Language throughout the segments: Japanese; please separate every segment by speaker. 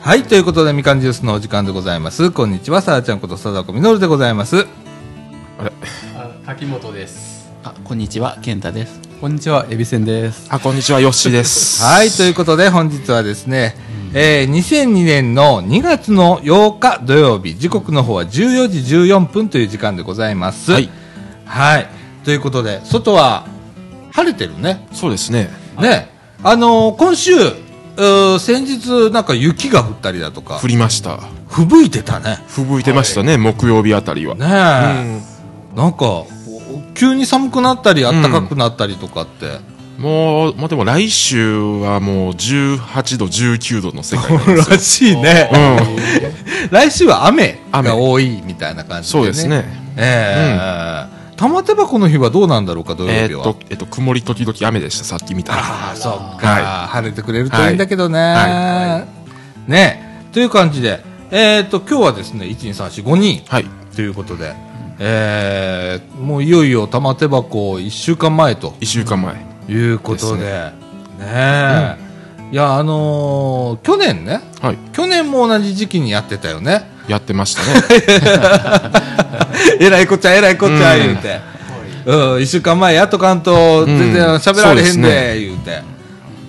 Speaker 1: はい、ということで、みかんジュースのお時間でございます。こんにちは、さあちゃんこと、さだこみのるでございます。
Speaker 2: あ滝本です
Speaker 3: あこんにちは健太です
Speaker 2: こんにちはエビセ ンです
Speaker 4: あ、こんにちは、ヨッシーです。
Speaker 1: はい、ということで、本日はですね、えー2002年の2月の8日土曜日、時刻の方は14時14分という時間でございます。
Speaker 4: はい。
Speaker 1: はい、ということで、外は晴れてるね。
Speaker 4: そうですね。
Speaker 1: ね、あのー今週、うー先日なんか雪が降ったりだとか
Speaker 4: 降、りました。
Speaker 1: 吹雪いてたね。
Speaker 4: 吹雪いてましたね、木曜日あたりは。
Speaker 1: ねえ、なんか、お急に寒くなったり、暖かくなったりとかって。
Speaker 4: もう、もうでも来週はもう18度、19度の世界なんですよ。
Speaker 1: らしいね
Speaker 4: うん。
Speaker 1: 来週は雨が多いみたいな感じで、ね、
Speaker 4: そうですね。
Speaker 1: ええ玉手箱の日はどうなんだろうか、土
Speaker 4: え
Speaker 1: 曜
Speaker 4: ー
Speaker 1: 日
Speaker 4: っ
Speaker 1: は。
Speaker 4: と、えーっと、曇り時々雨でした、さっき見たら。
Speaker 1: ああ、そっか、
Speaker 4: は
Speaker 1: 晴れてくれるといいんだけどね。
Speaker 4: はい
Speaker 1: ねという感じで、えーっと、今日はですね、1、2、3、4、5人
Speaker 4: はい。
Speaker 1: ということで、えーもういよいよ玉手箱1週間前と
Speaker 4: 1週間前。
Speaker 1: いうことで、
Speaker 4: で
Speaker 1: ねえいや、あのー去年ね、
Speaker 4: はい。
Speaker 1: 去年も同じ時期にやってたよね。
Speaker 4: やって ましたね。
Speaker 1: えらいこっちゃえらいこっちゃ言うて、うん、1週間前やっとかんと全然喋られへんで言うて、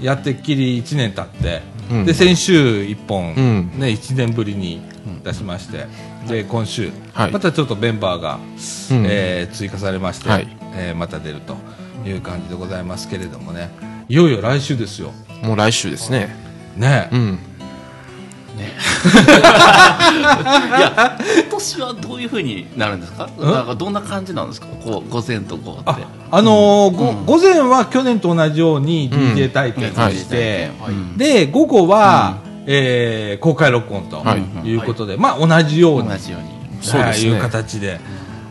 Speaker 1: やってっきり1年経って、
Speaker 4: うん
Speaker 1: で先週1本、
Speaker 4: うん
Speaker 1: ね、1年ぶりに出しまして、で今週、
Speaker 4: はい
Speaker 1: またちょっとメンバーが、
Speaker 4: うん
Speaker 1: えー追加されまして、
Speaker 4: はい
Speaker 1: えーまた出るという感じでございますけれどもねいよいよ来週ですよ。
Speaker 4: もう来週ですね。
Speaker 1: ね
Speaker 4: う、ん。
Speaker 3: 今年はどういうふうになるんですかなんかどんな感じなんですかこう午前と午後って
Speaker 1: ああのーご午前は去年と同じように DJ 体験をして、
Speaker 3: はいうん
Speaker 1: で午後は、えー公開録音と
Speaker 4: はい
Speaker 1: いうことで、まあ、同じように、
Speaker 3: 同じように
Speaker 4: そうですね
Speaker 1: はいいう形で、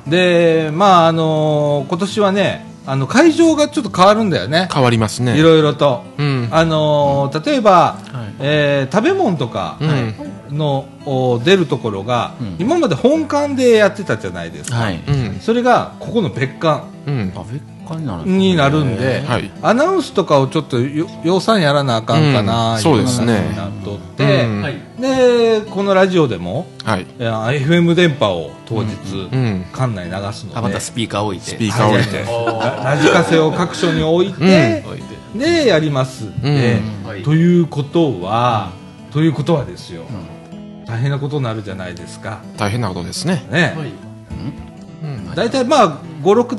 Speaker 1: でまああのー今年はねあの会場がちょっと変わるんだよね、
Speaker 4: 変わりますね。
Speaker 1: いろいろと、
Speaker 4: うん
Speaker 1: あのー例えば、
Speaker 3: い
Speaker 1: えー食べ物とか
Speaker 4: うん
Speaker 1: の、お出るところが、
Speaker 3: ん
Speaker 1: 今まで本館でやってたじゃないですか、
Speaker 3: はい
Speaker 4: うん。
Speaker 1: それがここの別館
Speaker 4: うん。
Speaker 3: あ別館になるんですね
Speaker 1: になるんで、
Speaker 4: はい
Speaker 1: アナウンスとかをちょっとよ養蚕やらなあかんかな、
Speaker 4: うん
Speaker 1: い
Speaker 4: そうですね
Speaker 1: 話になっとって、
Speaker 4: うん
Speaker 2: はい
Speaker 1: でこのラジオでも
Speaker 4: はい。
Speaker 1: えー FM 電波を当日、
Speaker 4: うん。
Speaker 1: 館内流すので、
Speaker 3: あまたスピーカー置いて
Speaker 4: スピーカー置いて。
Speaker 1: ラジカセを各所に置いて、
Speaker 3: 置いて
Speaker 1: でやりますんで、
Speaker 2: うんはい
Speaker 1: ということは、ということはですよ、大変なことになるじゃないですか
Speaker 4: 大変なことですね。
Speaker 1: ね、
Speaker 2: はい
Speaker 4: うん。
Speaker 1: 大体まあ56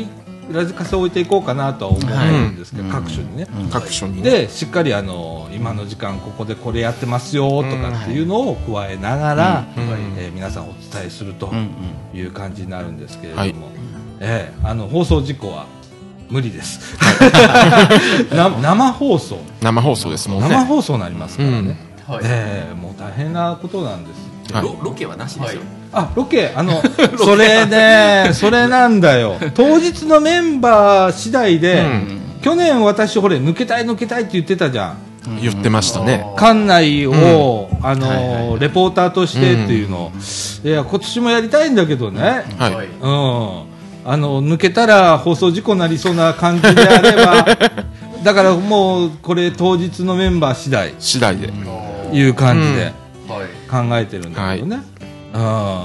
Speaker 1: 台ラジカセ置いていこうかなとは思うんですけど、
Speaker 3: はい
Speaker 1: 各所にね、
Speaker 4: 各所にね。
Speaker 1: でしっかりあの今の時間ここでこれやってますよとかっていうのを加えながら、
Speaker 4: うん
Speaker 1: はいえー皆さんお伝えすると
Speaker 3: うんうん
Speaker 1: いう感じになるんですけれども、
Speaker 4: はい
Speaker 1: えーあの放送事故は無理です、 な生放送
Speaker 4: 生放送ですもんね。
Speaker 1: 生放送になりますからね、
Speaker 2: はい
Speaker 1: えーもう大変なことなんです
Speaker 4: はい
Speaker 3: ロロケはなしですよ
Speaker 1: あロケあの それねそれなんだよ当日のメンバー次第で、
Speaker 4: うん
Speaker 1: 去年私ほれ抜けたい抜けたいって言ってたじゃん
Speaker 4: 言ってましたね。
Speaker 1: 館内を、あの
Speaker 3: はいはいは
Speaker 1: レポーターとしてっていうのを、いや今年もやりたいんだけどね、
Speaker 4: はい。
Speaker 2: はい
Speaker 1: うん、あの抜けたら放送事故になりそうな感じであればだからもうこれ当日のメンバー次第
Speaker 4: 次第で。
Speaker 1: いう感じで
Speaker 2: はい
Speaker 1: 考えてるんだけどね、うん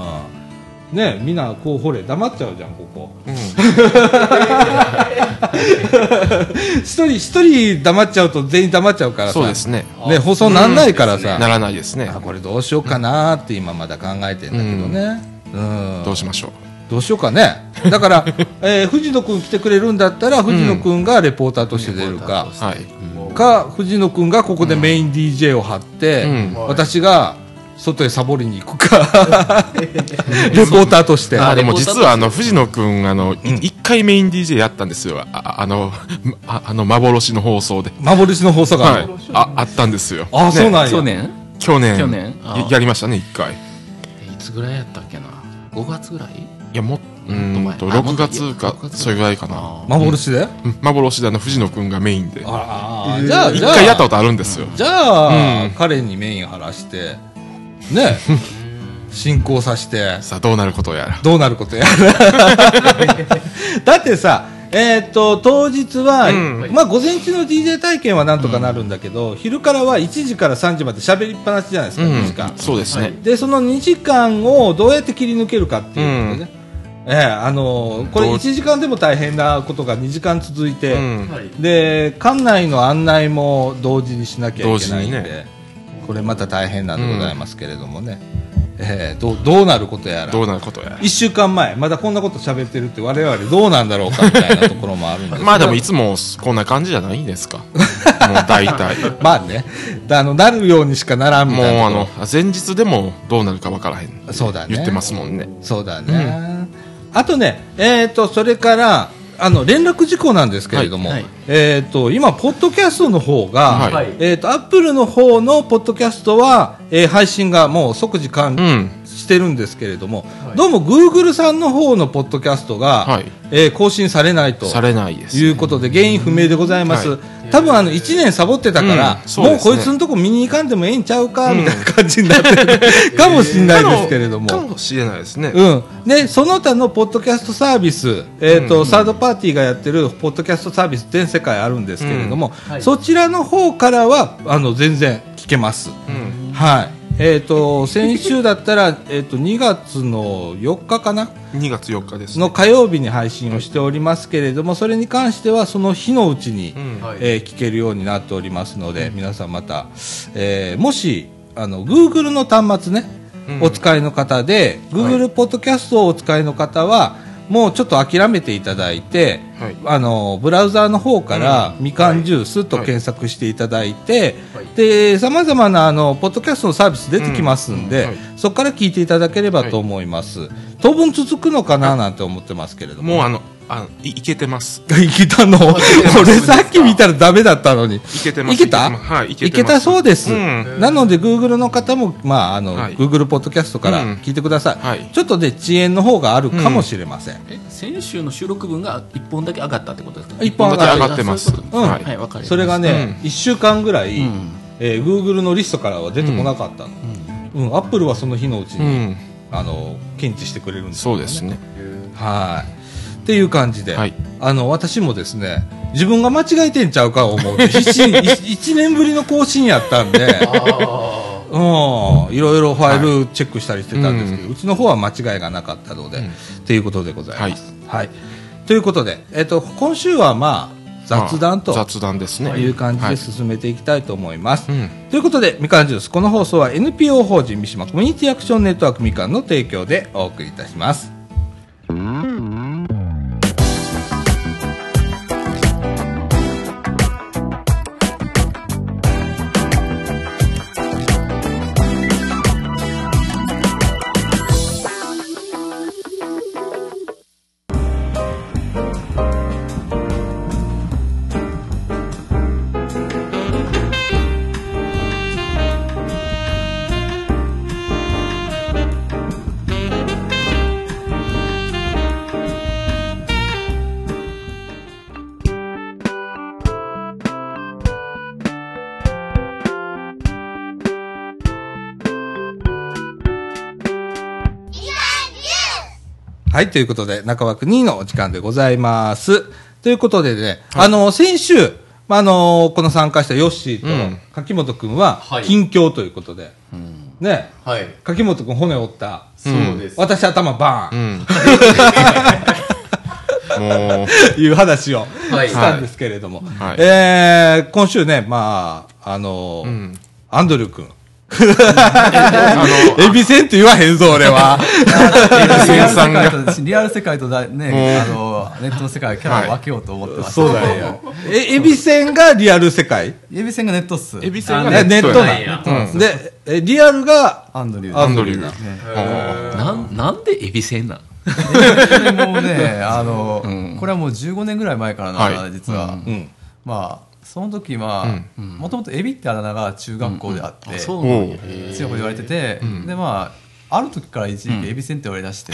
Speaker 1: ねみんなこうほれ黙っちゃうじゃんここ 一人一人黙っちゃうと全員黙っちゃうからさ
Speaker 4: そうですね。
Speaker 1: ね放送なんないからさ、
Speaker 4: ならないですね
Speaker 1: あ。これどうしようかなーって今まだ考えてんだけどね、うん
Speaker 4: どうしましょう。
Speaker 1: どうしようかねだから、 えー藤野君来てくれるんだったら藤野君がレポーターとして出るか、
Speaker 4: はい。
Speaker 1: か藤野君がここでメイン DJ を張って、
Speaker 4: うん
Speaker 1: 私が外へサボりに行くか レポーターとして
Speaker 4: あ
Speaker 3: ー
Speaker 4: でも実はあの藤野くんあのい一回メイン DJ やったんですよ。ああの ああの幻の放送で。
Speaker 1: 幻の放送があ
Speaker 4: は
Speaker 1: る、
Speaker 4: い。ああったんですよ。
Speaker 1: ああそうなんや、
Speaker 3: 去年
Speaker 4: 去年
Speaker 3: 去年あー
Speaker 4: ややりましたね一回。い
Speaker 3: えいつぐらいやったっけな5月ぐらい
Speaker 4: やもうーんと
Speaker 3: もっと前
Speaker 4: 6月
Speaker 3: あ
Speaker 4: か
Speaker 3: もっと
Speaker 4: それぐらいかな。
Speaker 3: あー
Speaker 1: 幻で、
Speaker 4: うん幻であの藤野くんがメインで
Speaker 1: あらあーじゃあ
Speaker 4: 一
Speaker 1: じゃあ
Speaker 4: 回やったことあるんですよ。
Speaker 1: じゃあ、
Speaker 4: うん
Speaker 1: 彼にメイン張らしてね 進行させて
Speaker 4: さあどうなることやら。
Speaker 1: どうなることやら だってさえーっと当日は、
Speaker 4: うん
Speaker 1: まあ、午前中の DJ 体験はなんとかなるんだけど、昼からは1時から3時まで喋りっぱなしじゃないですか、2時間
Speaker 4: うん、そうですね。
Speaker 1: でその2時間をどうやって切り抜けるかっていうことでね、ええあのこれ
Speaker 4: どう
Speaker 1: 1時間でも大変なことが2時間続いて、
Speaker 4: うん
Speaker 3: はい
Speaker 1: で館内の案内も同時にしなきゃいけないんで、
Speaker 4: 同時にね
Speaker 1: これまた大変なんでございますけれどもね、ええどうどうなることやら
Speaker 4: どうなることや。
Speaker 1: 1週間前まだこんなこと喋ってるって我々どうなんだろうかみたいなところもあるんですけど
Speaker 4: まあでもいつもこんな感じじゃないです か。もう大体。
Speaker 1: まあねだあのなるようにしかならんみ
Speaker 4: もう
Speaker 1: たいな
Speaker 4: あ
Speaker 1: ところ
Speaker 4: の、前日でもどうなるかわからへん。
Speaker 1: そうだね
Speaker 4: 言ってますもんね。
Speaker 1: そうだね、あとね、えー、とそれからあの連絡事項なんですけれども、
Speaker 3: はいはい
Speaker 1: えー、と今、ポッドキャストの方が、
Speaker 4: はい
Speaker 2: はい
Speaker 1: えー、とアップルの方のポッドキャストは、えー配信がもう即時完、
Speaker 4: うん。
Speaker 1: してるんですけれども、
Speaker 2: はい
Speaker 1: どうも Google さんの方のポッドキャストが、
Speaker 4: はい
Speaker 1: えー更新されないと。
Speaker 4: されないです。
Speaker 1: いうことで原因不明でございます、
Speaker 4: は
Speaker 1: 多分あの1年サボってたから、
Speaker 4: うんそうです
Speaker 1: もうこ
Speaker 4: ね
Speaker 1: いつのとこ見に行かんでもええんちゃうかみたいな感じになってる、かもしれないですけれども、
Speaker 4: かもしれないですね。
Speaker 1: うん、でその他のポッドキャストサービス、えーとサードパーティーがやってるポッドキャストサービス全世界あるんですけれども、
Speaker 2: うんはい
Speaker 1: そちらの方からはあの全然聞けます、
Speaker 4: うん
Speaker 1: はいえー、と先週だったら、えー、と2月の4日かな
Speaker 4: 2月4日ですね。
Speaker 1: の火曜日に配信をしておりますけれどもそれに関してはその日のうちに、
Speaker 4: うん
Speaker 2: はい
Speaker 1: えー聞けるようになっておりますので、皆さんまた、えーもしあの Google の端末ね、
Speaker 4: うん
Speaker 1: お使いの方で Google ポッドキャストをお使いの方は、もうちょっと諦めていただいて、
Speaker 4: はい
Speaker 1: あのブラウザーの方から「みかんジュース」と
Speaker 4: はい
Speaker 1: 検索していただいて
Speaker 2: はい
Speaker 1: でさまざまなあのポッドキャストのサービス出てきますんで、
Speaker 4: うんはい
Speaker 1: そこから聞いていただければと思います、当分続くのかななんて思ってますけれども
Speaker 4: もうあの、あのいいけてます。
Speaker 1: いけたの俺さっき見たらダメだったのに。い
Speaker 4: いけてます。
Speaker 1: いけた
Speaker 4: いけてますはい、いけて
Speaker 1: け
Speaker 4: ます。
Speaker 1: たそうです。
Speaker 4: うん
Speaker 1: なので、Google の方も、まあ、あの、
Speaker 4: はい
Speaker 1: Google ポッドキャストから
Speaker 4: うん
Speaker 1: 聞いてください。
Speaker 4: はい
Speaker 1: ちょっとで、遅延の方があるかもしれません。
Speaker 3: え先週の収録分が一本だけ上がったってことですか
Speaker 1: 一
Speaker 4: こ
Speaker 1: 本
Speaker 4: ん
Speaker 1: 上
Speaker 4: だけ
Speaker 1: がる
Speaker 4: 上がってます。
Speaker 3: そういうこ
Speaker 1: うん
Speaker 4: はい
Speaker 3: はい、わかりました
Speaker 1: それがね、1週間ぐらい、
Speaker 3: うん
Speaker 1: えー Google のリストからは出てこなかったの。うん、Apple はその日のうち
Speaker 4: う
Speaker 1: に、
Speaker 4: ん。
Speaker 1: あの、検知してくれるんですよ
Speaker 4: そうです。ね。
Speaker 1: はい。っていう感じで、
Speaker 4: はい
Speaker 1: あの、私もですね、自分が間違えてんちゃうか思うて。1年ぶりの更新やったんで、
Speaker 2: あ
Speaker 1: うん、いろいろファイルチェックしたりしてたんですけど、うちの方は間違いがなかったので、っていうことでございます。はい。ということで、えっ、と、今週はまあ、雑談と
Speaker 4: まあ雑談ですね。
Speaker 1: いう感じ
Speaker 4: は
Speaker 1: で
Speaker 4: い
Speaker 1: 進めていきたいと思います。
Speaker 4: うん
Speaker 1: ということで、みかんジュース、この放送は NPO 法人三島コミュニティアクションネットワークみかんの提供でお送りいたします。はい、ということで、中枠2のお時間でございます。ということでね、あの、先週、まあ、あの、この参加したヨッシーと
Speaker 4: うん
Speaker 1: 柿本くんは
Speaker 2: は、い
Speaker 1: 近況ということで、ね、
Speaker 2: あはい
Speaker 1: 柿本くん骨折った。
Speaker 2: そうです
Speaker 1: 私頭バ
Speaker 4: う
Speaker 1: ーン、
Speaker 4: ん。 も う、
Speaker 1: いう話を
Speaker 2: はい
Speaker 1: したんですけれども、
Speaker 4: はい
Speaker 1: えー、今週ね、まあ、あの、
Speaker 4: ん
Speaker 1: アンドリューく ん。
Speaker 4: あの、
Speaker 1: エビせんって言わへんぞ、俺は。
Speaker 4: リ
Speaker 2: リ
Speaker 4: ア
Speaker 2: ア
Speaker 4: ル
Speaker 2: ル
Speaker 4: 世界
Speaker 2: 世界とリアル世界とだねあのネットの世界はキャラを分けようと思ってました
Speaker 1: そうだよ。え、エビせんがリアル世界
Speaker 2: エビセンがネットっす
Speaker 4: エビセンが
Speaker 2: あ
Speaker 1: ねネット
Speaker 3: な
Speaker 1: なんん
Speaker 3: や
Speaker 1: や。うんで、えリアルが
Speaker 2: アンドリュ
Speaker 1: ア
Speaker 2: ー
Speaker 4: ア
Speaker 1: ン
Speaker 4: ン
Speaker 1: ド
Speaker 4: ド
Speaker 1: リ
Speaker 4: リ
Speaker 1: ュ
Speaker 4: ュ
Speaker 1: ー
Speaker 4: ー。
Speaker 2: ね
Speaker 3: なんなんでエビせんなん
Speaker 2: でもうねあのこれはもう15年ぐらい前からなんだ
Speaker 4: はい
Speaker 2: 実
Speaker 1: う
Speaker 2: は
Speaker 1: ん。
Speaker 2: まあその時はもともとエビってあだ名が中学校であって
Speaker 3: あ
Speaker 2: 強
Speaker 3: そ
Speaker 4: お
Speaker 3: うなんや
Speaker 4: う
Speaker 2: く言われててでまあある時から一時期エビセンって言われ出して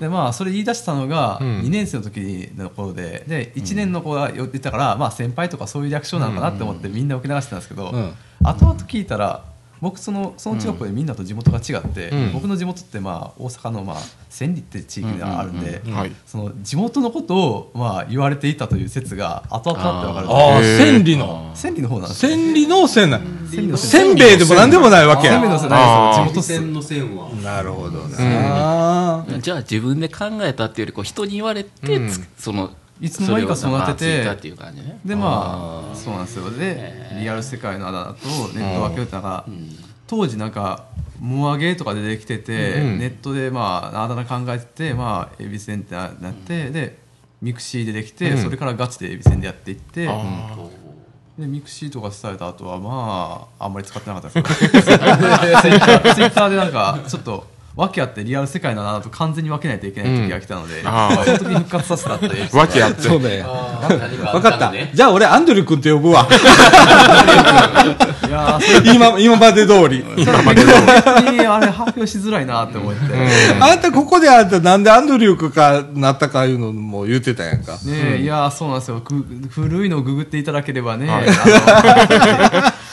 Speaker 2: でまあそれ言い出したのが
Speaker 4: ん
Speaker 2: 2年生の時の頃でで1年の子が言ってたからまあ先輩とかそういう略称なのかなって思ってみんな受け流してたんですけど
Speaker 1: うん
Speaker 2: 後々聞いたら僕そのその中学校でみんなと地元が違って、
Speaker 4: うん
Speaker 2: 僕の地元ってまあ大阪のまあ千里って地域があるんで、
Speaker 3: うんうん
Speaker 4: うんはい
Speaker 2: その地元のことをまあ言われていたという説が後々なって分かるんです
Speaker 1: ああ、
Speaker 4: へー
Speaker 1: 千里の。
Speaker 2: 千里の方なんですよ
Speaker 1: 千里のせんな
Speaker 2: 千里の
Speaker 1: せんべいでも何でもないわけや
Speaker 2: 千里の世代
Speaker 4: あー
Speaker 2: ですよ地元
Speaker 5: 地
Speaker 2: っす
Speaker 5: 線の線は
Speaker 1: なるほどね。
Speaker 4: ん
Speaker 1: あー
Speaker 3: じゃあ自分で考えたっていうよりこう人に言われてつ、
Speaker 4: うん
Speaker 3: その
Speaker 2: いつの間にか
Speaker 3: それをま
Speaker 2: 育てて
Speaker 3: あついたっていう感じね
Speaker 2: でまあそうなんですよで
Speaker 3: へー
Speaker 2: リアル世界のあだ名とネットワークとか
Speaker 3: ん
Speaker 2: 当時なんかモアゲーとか出てきてて、
Speaker 4: うん
Speaker 2: ネットでまああだ名考えててまあエビセンってなって、でミクシー出てきて、
Speaker 4: うん
Speaker 2: それからガチでエビセンでやっていって、
Speaker 4: あー
Speaker 2: でミクシーとか伝えた後はまああんまり使ってなかっ たですけどツイッターツイッターでなんかちょっと訳あってリアル世界のあだ名と完全に分けないといけない時が来たので、
Speaker 4: あー
Speaker 2: その時に復活させたって いう
Speaker 4: わけあって
Speaker 1: そうね。わ
Speaker 5: 分
Speaker 1: かった。じゃあ俺、アンドリュー君って呼ぶわ。
Speaker 2: いやー
Speaker 1: 今、今まで通り。
Speaker 2: 今まで 逆にあれ発表しづらいなって思って、ね
Speaker 1: あんたここであんたなんでアンドリュー君かなったかいうのも言ってたやんか。
Speaker 2: えいやーそうなんですよく古いのをググっていただければね,、
Speaker 4: はい
Speaker 2: あの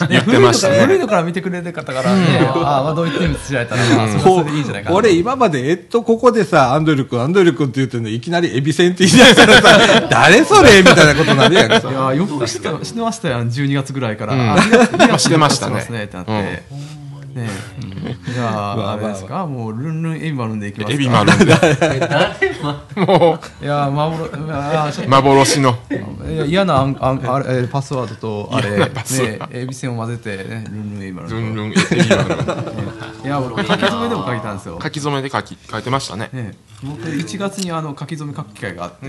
Speaker 2: ね
Speaker 4: 言ってましたね
Speaker 2: 古いのから古いのから見てくれる方からね、ああまあどう言っても知られたら、まあ、それはそれでいいんじゃないかな
Speaker 1: 俺今まで、えっと、ここでさ、アンドリュー君、アンドリュー君って言ってんのいきなりエビセンって言い出したらさ、 誰それみたいなことになるやん
Speaker 2: い
Speaker 1: か。
Speaker 2: やーよく知って知ってましたよ12月ぐらいから、
Speaker 4: うん
Speaker 2: あ2月2
Speaker 4: まあ
Speaker 2: 月
Speaker 4: 知ってましたね
Speaker 2: 知ってますってなって、ねえじゃあ、
Speaker 1: まあ
Speaker 2: あれですか、もうルンルンエビマルンでいきますか
Speaker 4: エビマルンで
Speaker 2: いやー幻いやーちょっと
Speaker 4: 幻の
Speaker 2: いや嫌なあんあんあれえーパスワードとあれ
Speaker 4: 嫌なパスワー
Speaker 2: ねえエビセンを混ぜてねルンルンエビマルン
Speaker 4: ルンルンエビマルン
Speaker 2: いや僕書き初めでも書いたんですよ、
Speaker 4: 書き初めで書き書いてましたね
Speaker 2: ね、僕1月にあの書き初め書く機会があって、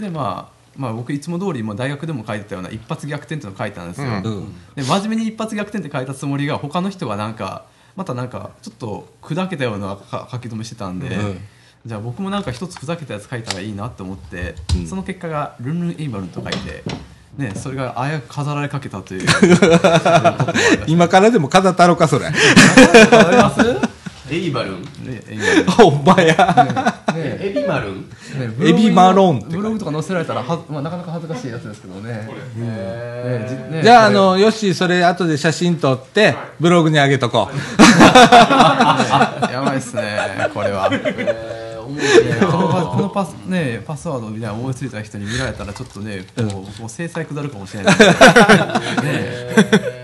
Speaker 2: でまあまあ、僕いつも通りまあ大学でも書いてたような一発逆転っていうのを書いたんですよ、
Speaker 4: うん
Speaker 1: うん。
Speaker 2: で真面目に一発逆転って書いたつもりが他の人がなんかまたなんかちょっと砕けたようなか書き留めしてたんで、
Speaker 1: うん
Speaker 2: じゃあ僕もなんか一つ砕けたやつ書いたらいいなと思って、その結果が「ルンルンエイバルン」と書いて、ね、それがあやく飾られかけた という
Speaker 1: 今からでも飾ったろか、それ。
Speaker 2: 飾られますね
Speaker 5: エイバルン
Speaker 2: エイバルン
Speaker 1: お前や。
Speaker 5: エビマルン
Speaker 2: ねブログ
Speaker 1: エビマロンって書いて
Speaker 2: ブログとか載せられたらは、まあ、なかなか恥ずかしいやつですけどね。ねじね
Speaker 1: じゃあ、あ
Speaker 2: これ
Speaker 1: の、よし、それ後で写真撮って、ブログに上げとこ う。
Speaker 2: やばいっすね、これは。このパこのパスねパスワードみたいなの思いついた人に見られたらちょっとね、こうもう制裁下るかもしれない。ね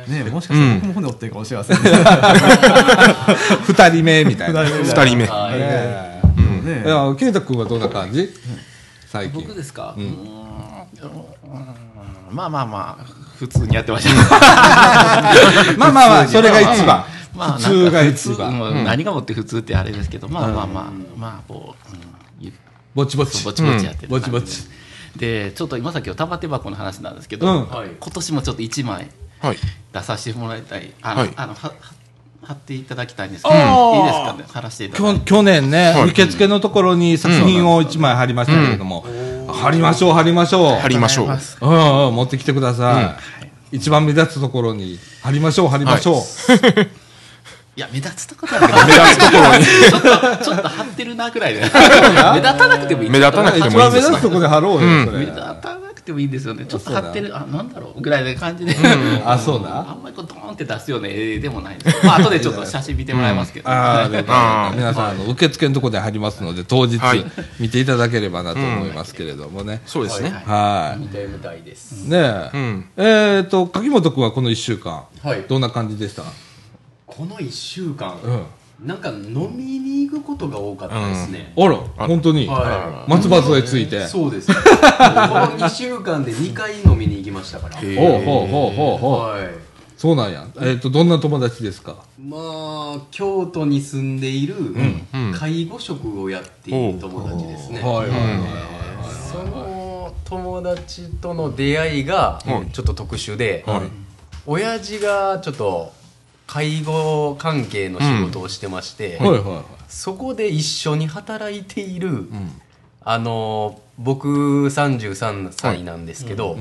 Speaker 2: ねもしかしたら僕も骨折ってるかもしれませんね。
Speaker 1: 二人目みたいな。
Speaker 4: 二人目
Speaker 5: あー
Speaker 1: ええい
Speaker 2: ね
Speaker 1: や、ケイタ君はどんな感じ最近
Speaker 5: 僕。ですか
Speaker 1: ん
Speaker 5: う
Speaker 3: まあまあまあ普通にやってました
Speaker 1: まあまあまあ、それが一番。
Speaker 3: まあ
Speaker 1: 普通が一
Speaker 3: なん
Speaker 1: 番。
Speaker 3: か普通うん何がもって普通ってあれですけど、まあまあまあ、まあこう、うんゆ
Speaker 1: ぼちぼち。
Speaker 3: ぼちぼちやって
Speaker 1: う
Speaker 3: る感じで、
Speaker 1: んぼちぼち
Speaker 3: でちょっと今さっきの玉手箱の話なんですけど、
Speaker 1: うん
Speaker 5: はい
Speaker 3: 今年もちょっと1枚
Speaker 4: はい
Speaker 3: 出させてもらいたいあの、
Speaker 4: はい
Speaker 3: あのはは貼っていただきたいんですけど、
Speaker 1: あー
Speaker 3: いいですかね貼らせていただい
Speaker 1: 去
Speaker 3: て
Speaker 1: 去年ね、
Speaker 4: はい
Speaker 1: 受付のところに作品を1枚貼りましたけれども、貼りましょう、貼りましょう、
Speaker 4: 貼りましょう
Speaker 1: うんうん、持ってきてください、一番目立つところに貼りましょう、貼りましょう、
Speaker 3: い や目立つところなんでちょっとちょっと貼ってるなぐ らいで目立たなくてもいい
Speaker 4: 目立たなくて
Speaker 1: 一
Speaker 4: もいい
Speaker 1: 番
Speaker 4: ん
Speaker 1: 目
Speaker 4: で
Speaker 1: 立
Speaker 4: すね
Speaker 1: つところで貼ろうよ、
Speaker 4: うん
Speaker 1: そ
Speaker 3: 目
Speaker 1: れ
Speaker 3: 立たなくてもいいんですよねちょっと貼ってるあなんだろうぐらいの感じで、
Speaker 1: あ、そう
Speaker 3: あ
Speaker 1: だ、
Speaker 3: んまりこうドーンって出すような絵でもないですまあ後 でちょっと写真見てもらいますけど、
Speaker 1: あーで
Speaker 4: あー
Speaker 1: 皆さん、あの受付のところで貼りますので、当日
Speaker 4: はい
Speaker 1: 見ていただければなと思いますけれどもね、
Speaker 4: そうですね
Speaker 1: はい、
Speaker 5: 見たいみたいです
Speaker 1: ねえ、
Speaker 4: うん
Speaker 1: えー、と柿本君はこの1週間、
Speaker 5: はい
Speaker 1: どんな感じでした、
Speaker 5: この1週間
Speaker 1: うん、
Speaker 5: なんか飲みに行くことが多かったですね
Speaker 1: あら、本当に、
Speaker 5: は
Speaker 1: 松葉杖ついて。
Speaker 5: そうですこの2週間で2回飲みに行きましたから
Speaker 1: ほうほうほうほうほう、
Speaker 5: はい
Speaker 1: そうなんや。えっ、と、どんな友達ですか
Speaker 5: まあ京都に住んでいる介護職をやっている友達ですね
Speaker 1: はいはいはい。
Speaker 5: その友達との出会いが
Speaker 4: はい
Speaker 5: ちょっと特殊で、
Speaker 4: はい
Speaker 5: 親父がちょっと介護関係の仕事をしてまして、
Speaker 1: はいはいはい。
Speaker 5: そこで一緒に働いている、あの僕33歳なんですけど、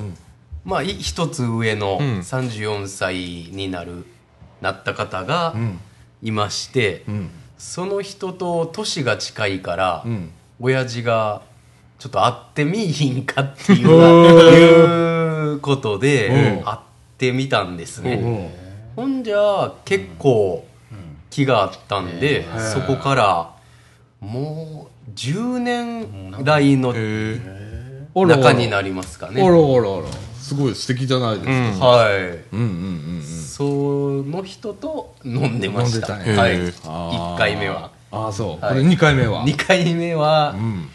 Speaker 5: まあい一つ上の
Speaker 4: ん
Speaker 5: 34歳になるなった方がいまして、その人と年が近いから、
Speaker 1: ん
Speaker 5: 親父がちょっと会ってみいひんかっていういうことで、
Speaker 1: うん
Speaker 5: 会ってみたんですね。ほんじゃ結構気があったんで、そこからもう10年来の
Speaker 1: おろおろ
Speaker 5: 中になりますかね
Speaker 1: おろおろおろすごい素敵じゃないですか、
Speaker 5: はい
Speaker 1: うん、うんうん
Speaker 5: その人と飲んでました
Speaker 1: 飲んでたん
Speaker 4: や
Speaker 5: はい
Speaker 4: へえ
Speaker 5: 1回目は
Speaker 1: ああそう、
Speaker 5: はい
Speaker 1: これ2回目は
Speaker 5: 2回目は、
Speaker 1: うん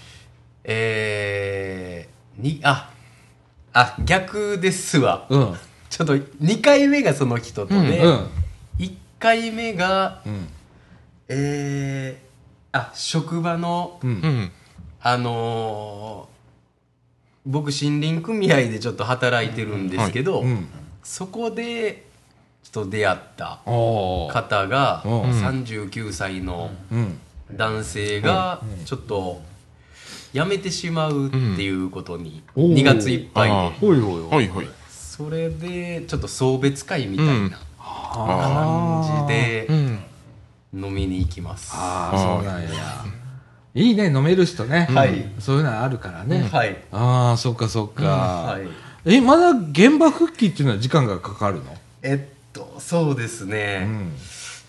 Speaker 5: えー、にああ逆ですわ
Speaker 1: うんうん
Speaker 5: ちょっと2回目がその人とで、
Speaker 1: うん
Speaker 5: 1回目が
Speaker 1: うん
Speaker 5: えー、あ職場の
Speaker 1: うん
Speaker 4: うん
Speaker 5: あのー僕森林組合でちょっと働いてるんですけど、
Speaker 1: うん
Speaker 5: そこでちょっと出会った
Speaker 1: おー
Speaker 5: 方が
Speaker 1: うん
Speaker 5: 39歳の
Speaker 1: うん
Speaker 5: 男性がちょっと辞めてしまうっていうことに
Speaker 1: うんおー
Speaker 5: 2月いっぱい
Speaker 4: あ
Speaker 5: で
Speaker 4: ー
Speaker 1: おいおいおい
Speaker 4: はいはい
Speaker 5: それでちょっと送別会みたいな感じで
Speaker 4: うん
Speaker 5: 飲みに行きます。は
Speaker 1: ああそうなんやいいね飲める人ね、
Speaker 5: はい
Speaker 1: そういうのあるからね、
Speaker 5: い
Speaker 1: ああそっかそっか、
Speaker 5: はい
Speaker 1: えまだ現場復帰っていうのは時間がかかるの
Speaker 5: えっとそうですね、
Speaker 1: ん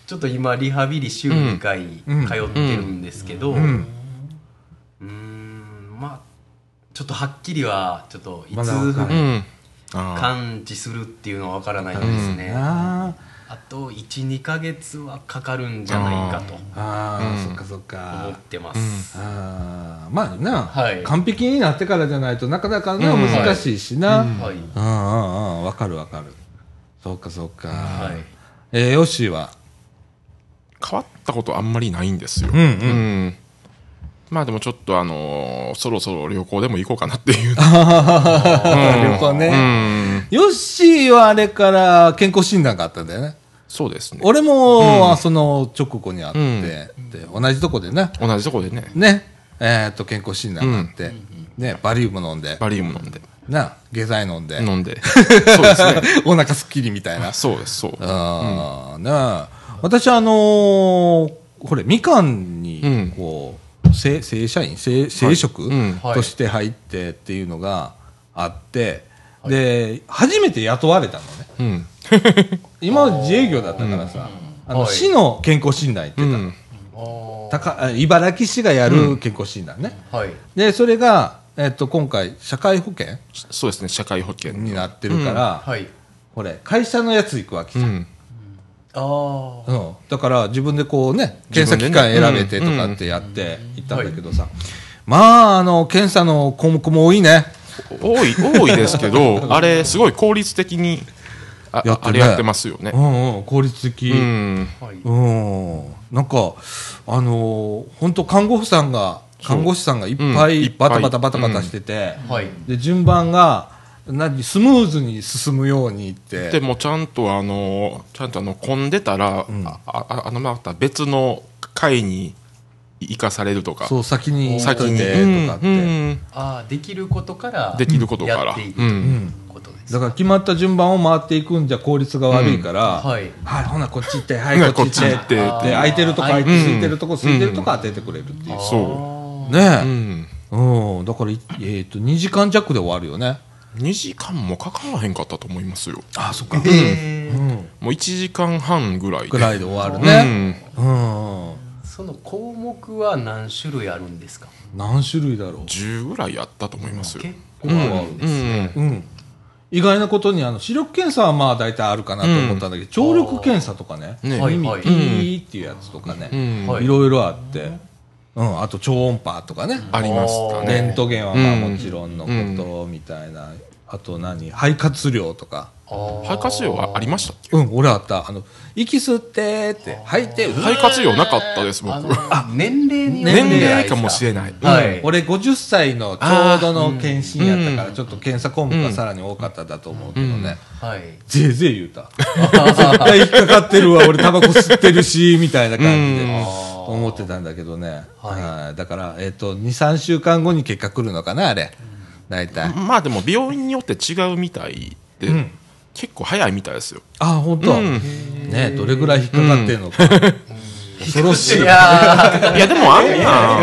Speaker 5: ちょっと今リハビリ週2回
Speaker 1: うん
Speaker 5: 通ってるんですけどうー
Speaker 1: うんん
Speaker 5: まあちょっとはっきりはちょっとい
Speaker 1: まだわかん
Speaker 5: つ
Speaker 1: ない
Speaker 4: うんあ
Speaker 5: 完治するっていうのは分からないですね、あ
Speaker 1: あ
Speaker 5: と12ヶ月はかかるんじゃないかと
Speaker 1: あああ、そ
Speaker 4: うん
Speaker 1: っかそっ
Speaker 5: 思っ
Speaker 1: か
Speaker 5: てます、
Speaker 1: ああまあな、
Speaker 5: はい
Speaker 1: 完璧になってからじゃないとなかなかな、難しいしな、うん
Speaker 5: はい、
Speaker 1: うんうんわかるわかるそっかそっか、
Speaker 5: はい
Speaker 1: えー、ヨッシーは
Speaker 4: ー変わったことあんまりないんですよ
Speaker 1: うんう
Speaker 4: うんんまあでもちょっとあのーそろそろ旅行でも行こうかなっていう
Speaker 1: 旅行ね、
Speaker 4: うん
Speaker 1: ヨッシーはあれから健康診断があったんだよね。
Speaker 4: そうですね
Speaker 1: 俺も、その直後にあって、
Speaker 4: うん
Speaker 1: で同じとこでね、
Speaker 4: 同じとこでね
Speaker 1: ね、えーっと、健康診断があって、ね、バリウム飲んで、
Speaker 4: バリウム飲んで
Speaker 1: な、下剤飲んで、
Speaker 4: 飲んでそうですね
Speaker 1: お腹すっきりみたいな。
Speaker 4: そうですそう
Speaker 1: あーなあ私、あのーこれ、みかん
Speaker 4: う
Speaker 1: に
Speaker 4: ん、
Speaker 1: こう、正正社員、正正職、
Speaker 4: うん
Speaker 5: はい
Speaker 1: として入ってっていうのがあって、で、初めて雇われたのね。
Speaker 4: うん
Speaker 1: 今は自営業だったからさ、あの、
Speaker 5: はい
Speaker 1: 市の健康診断行って
Speaker 4: う
Speaker 1: た、
Speaker 4: ん
Speaker 1: 高あ茨城市がやる健康診断ね、
Speaker 5: はい
Speaker 1: でそれが、えっと、今回社会保険
Speaker 4: そうですね社会保険
Speaker 1: に
Speaker 4: の
Speaker 1: なってるから、
Speaker 5: はい
Speaker 1: これ会社のやつ行くわけ
Speaker 4: う
Speaker 1: さ、うん
Speaker 4: ん
Speaker 5: ああ
Speaker 1: だから自分でこうね検査機関選べてとかってやって行ったんだけどさ、まああの検査の項目も多いね
Speaker 4: 多い多いですけど あれすごい効率的にあ
Speaker 1: やってるね
Speaker 4: あれやってますよね
Speaker 1: う。んうん効率的
Speaker 4: う、ん
Speaker 5: はい
Speaker 1: うんなんか、あの本当、看護婦さんが、看護師さんがいっぱ
Speaker 4: うんい
Speaker 1: い
Speaker 4: っぱい
Speaker 1: バタバタバタバタしてて、
Speaker 5: はい
Speaker 1: で順番が何スムーズに進むようにって、
Speaker 4: でもちゃんとあのちゃんとあの混んでたら、あああのまた別の会に行かされるとか
Speaker 1: そう先に
Speaker 4: 先
Speaker 1: 行っとい
Speaker 4: に
Speaker 1: てとかって、
Speaker 4: うんうん
Speaker 5: ああできることから
Speaker 4: できることから
Speaker 5: やっていく
Speaker 4: う
Speaker 5: というんことです、
Speaker 1: だから決まった順番を回っていくんじゃ効率が悪いから、
Speaker 5: うんはい
Speaker 1: ほなこっち行ってはいこっち行って
Speaker 4: こっち
Speaker 5: 行って
Speaker 1: で空いてるとこ
Speaker 5: あー
Speaker 1: 空いて
Speaker 4: うん
Speaker 1: 空いてるとこ空いてるとこ当ててくれるっていう、
Speaker 4: そ
Speaker 1: ね
Speaker 4: う、う
Speaker 1: え、
Speaker 4: ん、
Speaker 1: うんだから、いえー、と2時間弱で終わるよね
Speaker 4: 2時間もかからへんかったと思いますよ
Speaker 1: あそっか、
Speaker 5: えー
Speaker 4: もう1時間半ぐらいで
Speaker 1: ぐらいで終わるね、うん
Speaker 5: その項目は何種類あるんですか
Speaker 1: 何種類だろう
Speaker 4: うん、10ぐらいやったと思いますよ
Speaker 5: 結構あるんですね、
Speaker 1: うん、意外なことにあの視力検査はまあ大体あるかなと思ったんだけど、聴力検査とかね
Speaker 4: ね
Speaker 5: はい
Speaker 1: 耳
Speaker 5: はい
Speaker 1: ピーっていうやつとかね、
Speaker 4: うん
Speaker 5: はい
Speaker 1: いろいろあって、うん、あと超音波とかね、
Speaker 4: ありました
Speaker 1: レ
Speaker 4: ね
Speaker 1: ントゲンはまあもちろんのことみたいな、あと何肺活量とか、
Speaker 4: 肺活量はありましたっけ
Speaker 1: うん、俺あったあの息吸ってって吐いて
Speaker 4: 肺活量なかったです僕
Speaker 5: あの年齢によって
Speaker 4: 年齢かもしれない
Speaker 5: はい
Speaker 1: 俺50歳のちょうどの検診やったから、ちょっと検査項目がさらに多かっただと思うけどね、
Speaker 5: はい
Speaker 1: ぜいぜい言うた。絶対引っかかってるわ、俺タバコ吸ってるし、みたいな感じで思ってたんだけどね。
Speaker 5: はい
Speaker 1: はいだから、えっ、と、2、3週間後に結果来るのかな、あれ。大体。
Speaker 4: まあでも病院によって違うみたいで、
Speaker 1: ん
Speaker 4: 結構早いみたいですよ。
Speaker 1: あ、本当、
Speaker 4: うん
Speaker 1: ねどれぐらい引っかかってんのか。恐ろしい。
Speaker 5: いや
Speaker 4: いや、でもあんな。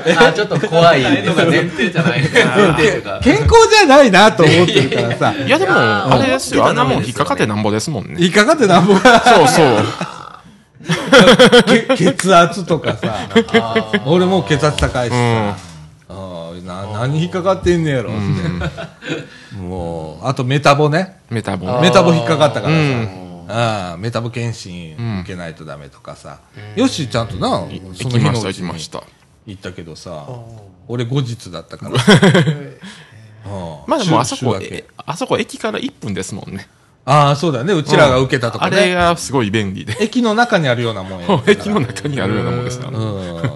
Speaker 5: ーあちょっと怖いですね。
Speaker 3: 定じゃないですか。前提とか。
Speaker 1: 健康じゃないなと思ってるからさ。
Speaker 4: いや、でも、あれですよ。あんなもん引っかかってなんぼですもんね。
Speaker 1: いかがでなんぼ
Speaker 4: そうそう。
Speaker 1: け血圧とかさ。俺もう血圧高いしさ。あーな何引っかかってんねやろって。もう、あとメタボね。
Speaker 4: メタボ。
Speaker 5: あー
Speaker 1: メタボ引っかかったから
Speaker 4: う
Speaker 1: さ
Speaker 4: ん。
Speaker 1: ああメタボ検診受けないとダメとかさ、よしちゃんとなその日のうち
Speaker 4: 行きました、行き
Speaker 1: に
Speaker 4: ました。
Speaker 1: 行ったけどさ俺後日だったからあ
Speaker 4: まあでも、あそこ
Speaker 1: 週週明け、
Speaker 4: あそこ駅から1分ですもんね。
Speaker 1: ああそうだよねうちらが受けたと
Speaker 4: あ
Speaker 1: か
Speaker 4: れ
Speaker 1: ね
Speaker 4: がすごい便利で。
Speaker 1: 駅の中にあるような もんやから
Speaker 4: 駅の中にあるようなもんですからね。
Speaker 1: うん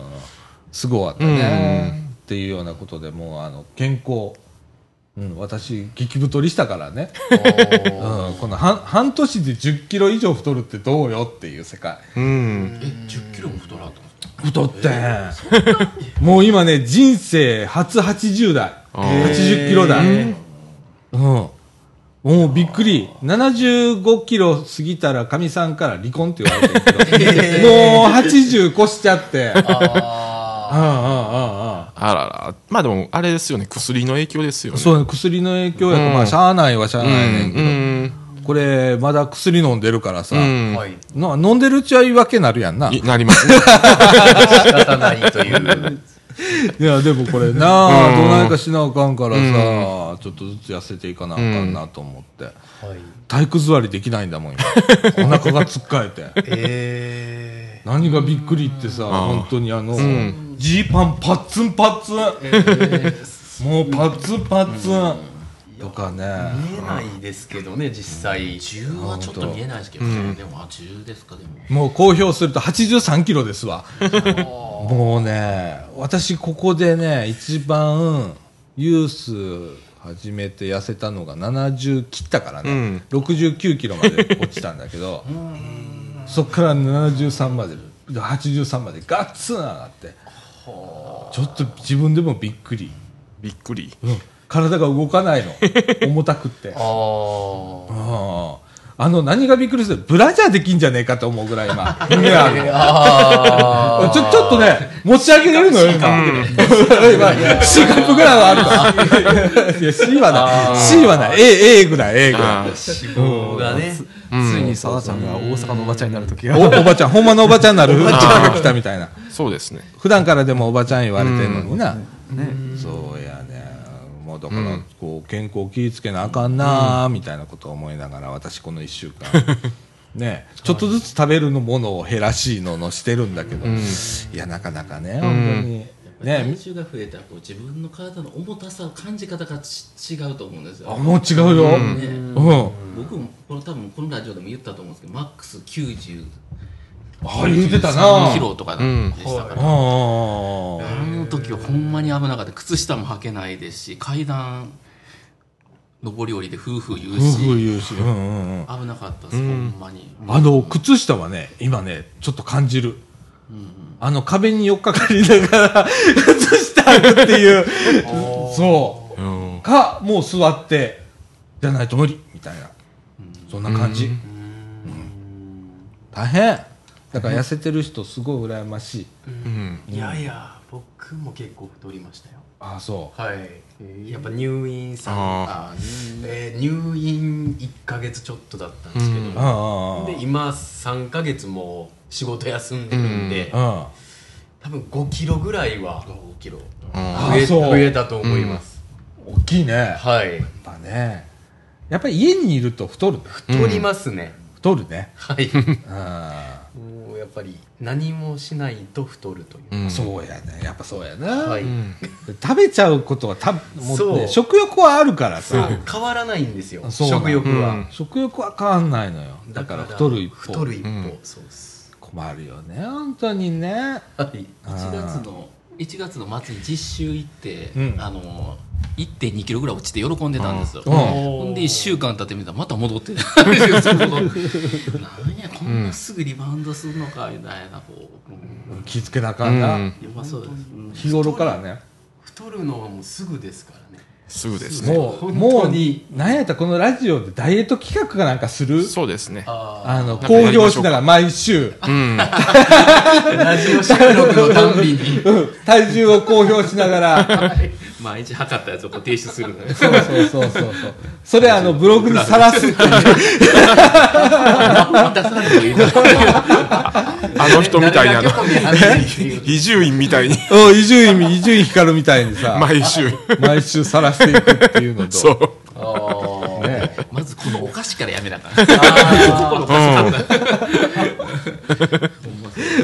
Speaker 1: すごかったねっていうようなことでもうあの健康、うん、私激太りしたからね、うん、この半半年で1 0キロ以上太るってどうよっていう世界
Speaker 4: うん。
Speaker 3: 10キロも太らんと思って。
Speaker 1: 太って もう今ね人生初80代
Speaker 4: あー
Speaker 1: 80キロ台うんもうびっくり75キロ過ぎたらかみさんから離婚って言われてるけどもう80越しちゃってあああああ
Speaker 4: あらら。まあでも、あれですよね。薬の影響ですよ
Speaker 1: あ
Speaker 4: ね。
Speaker 1: そうね薬の影響やと、
Speaker 4: うん
Speaker 1: まあしゃあないはしゃあ
Speaker 4: う
Speaker 1: ないねんけど、
Speaker 4: ん。
Speaker 1: これまだ薬飲んでるからさ、
Speaker 4: うん。
Speaker 5: はい。
Speaker 1: の飲んでるうちは言い訳になるやんない
Speaker 4: なりますね。
Speaker 5: 仕方ないという。
Speaker 1: いや、でもこれなあ、
Speaker 4: うん
Speaker 1: どないかしなあかんからさ、ちょっとずつ痩せていかなあかんなと思って。
Speaker 5: はい。
Speaker 1: 体育座りできないんだもん、今。お腹がつっかえて。
Speaker 5: え
Speaker 1: 何がびっくりってさ、本当にあの
Speaker 4: ん、
Speaker 1: ジーパンパッツンパッツン。もうパッツンパッツン。とか
Speaker 5: ー、
Speaker 1: ね。
Speaker 5: 見えないですけどね、実際。
Speaker 3: 10はちょっと見えないですけどね。でも、あ、10ですか、でも。
Speaker 1: もう公表すると83キロですわ。もうね、私ここでね、一番ユース始めて痩せたのが70切ったからね、69キロまで落ちたんだけど、そっから73まで、83までガッツン上がって、ちょっと自分でもびっくり。
Speaker 4: びっくり。
Speaker 1: うん体が動か ないの。重たくって。
Speaker 5: ああ。
Speaker 1: ああの、何がびっくりするブラジャーできんじゃねえかと思うぐらい今、 胸ある。
Speaker 5: あ
Speaker 1: ちょ、ちょっとね、持ち上げれるのよ、今。今、C カップぐらいはある から。いや、C はない。C はない。A、A ぐらい、A ぐら
Speaker 4: あ
Speaker 1: い。
Speaker 4: ー
Speaker 5: ー、脂肪がね。
Speaker 2: ついにさだちゃんが大阪のおばちゃんになる時が、
Speaker 1: お、おばちゃん、ほんまのおばちゃんになる時間が来たみたいな。
Speaker 4: そうですね。
Speaker 1: 普段からでもおばちゃん言われてんのにな。そうやね。もうだから、こう、健康気ぃつけなあかんなあみたいなことを思いながら、私この一週間。ね、ちょっとずつ食べるのものを減らしいののしてるんだけど、いやなかなかね本当に、ね
Speaker 3: 体重が増えたらこう自分の体の重たさを感じ方がち違うと思うんですよ
Speaker 1: あ、もう違うよ。
Speaker 3: ね
Speaker 1: うん。
Speaker 3: 僕もこの多分このラジオでも言ったと思うんですけどマックス90
Speaker 1: あ、言うてたな。
Speaker 3: キロとかでしたから、
Speaker 1: あ
Speaker 3: あの時はほんまに危なかった靴下も履けないですし階段上り下りで夫婦言
Speaker 1: あ。
Speaker 3: う
Speaker 1: 夫婦
Speaker 3: し
Speaker 1: 言うし。うんうんうん。
Speaker 3: 危なかったです、ほんまに
Speaker 1: あの、靴下はね、今ね、ちょっと感じる。あの、壁に寄っかかりながら、 靴下履くっていう。 そうう。
Speaker 4: ん。
Speaker 1: か、もう座って、じゃないと無理、みたいな。そんな感じ。うん大変。だから痩せてる人、すごい羨ましい。
Speaker 4: うん。
Speaker 5: いやいや、僕も結構太りましたよ。
Speaker 1: あ、そう。
Speaker 5: はい。やっぱ入院さん、
Speaker 4: あ
Speaker 5: あーえー入院1ヶ月ちょっとだったんですけど、
Speaker 1: うんうんうん。
Speaker 5: で今3ヶ月も仕事休んでるんで、
Speaker 1: うん。
Speaker 5: 多分5キロぐらいは5キロ増
Speaker 1: あ
Speaker 5: え
Speaker 1: そう
Speaker 5: 増えたと思います、
Speaker 1: 大きいね。
Speaker 5: はい
Speaker 1: やっぱねやっぱり家にいると太るね
Speaker 5: 太りますね、
Speaker 1: 太るね
Speaker 5: はい
Speaker 1: あ
Speaker 5: もうやっぱり何もしないと太るという、
Speaker 1: あそうやねやっぱそうやな、
Speaker 5: はい、
Speaker 1: 食べちゃうことはたもう、
Speaker 5: そ
Speaker 1: ね、
Speaker 5: う
Speaker 1: 食欲はあるから
Speaker 5: そう
Speaker 1: さ
Speaker 5: 変わらないんですよ
Speaker 1: そうなん
Speaker 5: 食欲は、
Speaker 1: 食欲は変わんないのよだから太る一方
Speaker 5: 太る一方、そうです
Speaker 1: 困るよね本当にね
Speaker 5: はい
Speaker 3: 1月の1月の末に実習行って、
Speaker 1: うん
Speaker 3: あの1 2キロぐらい落ちて喜んでたんですよ、
Speaker 1: うん
Speaker 3: ほんで1週間経ってみたらまた戻ってたんですよそのなんやこんなすぐリバウンドするのかみたいなこう、うん
Speaker 1: 気付けなあかんな、
Speaker 4: うん
Speaker 3: やっぱそうです、うん
Speaker 1: 日頃からね
Speaker 5: 太るのはもうすぐですからね
Speaker 4: すぐですね。
Speaker 1: もう、もう、なんやったらこのラジオでダイエット企画かなんかする
Speaker 4: そうですね。
Speaker 1: あの、公表しながら毎週、
Speaker 4: うん。
Speaker 5: ラジオ収録のたんびに。
Speaker 1: うん体重を公表しながら、
Speaker 3: 毎日測ったやつをこう提出するの ね。
Speaker 1: そうそうそうそうそう。それあの、ブログにさらすっていう。
Speaker 3: 満たさなくてもいいな。
Speaker 4: あの人みたいにあの
Speaker 5: 誰が興味あるっていう
Speaker 4: 伊集院みた いに
Speaker 1: うん伊集院、伊集院光みたいにさ、
Speaker 4: 毎週。
Speaker 1: 毎週さらしていくっていうのと。
Speaker 4: そう。
Speaker 1: ね
Speaker 3: まずこのお菓子からやめなあかん。 ここのお菓子から。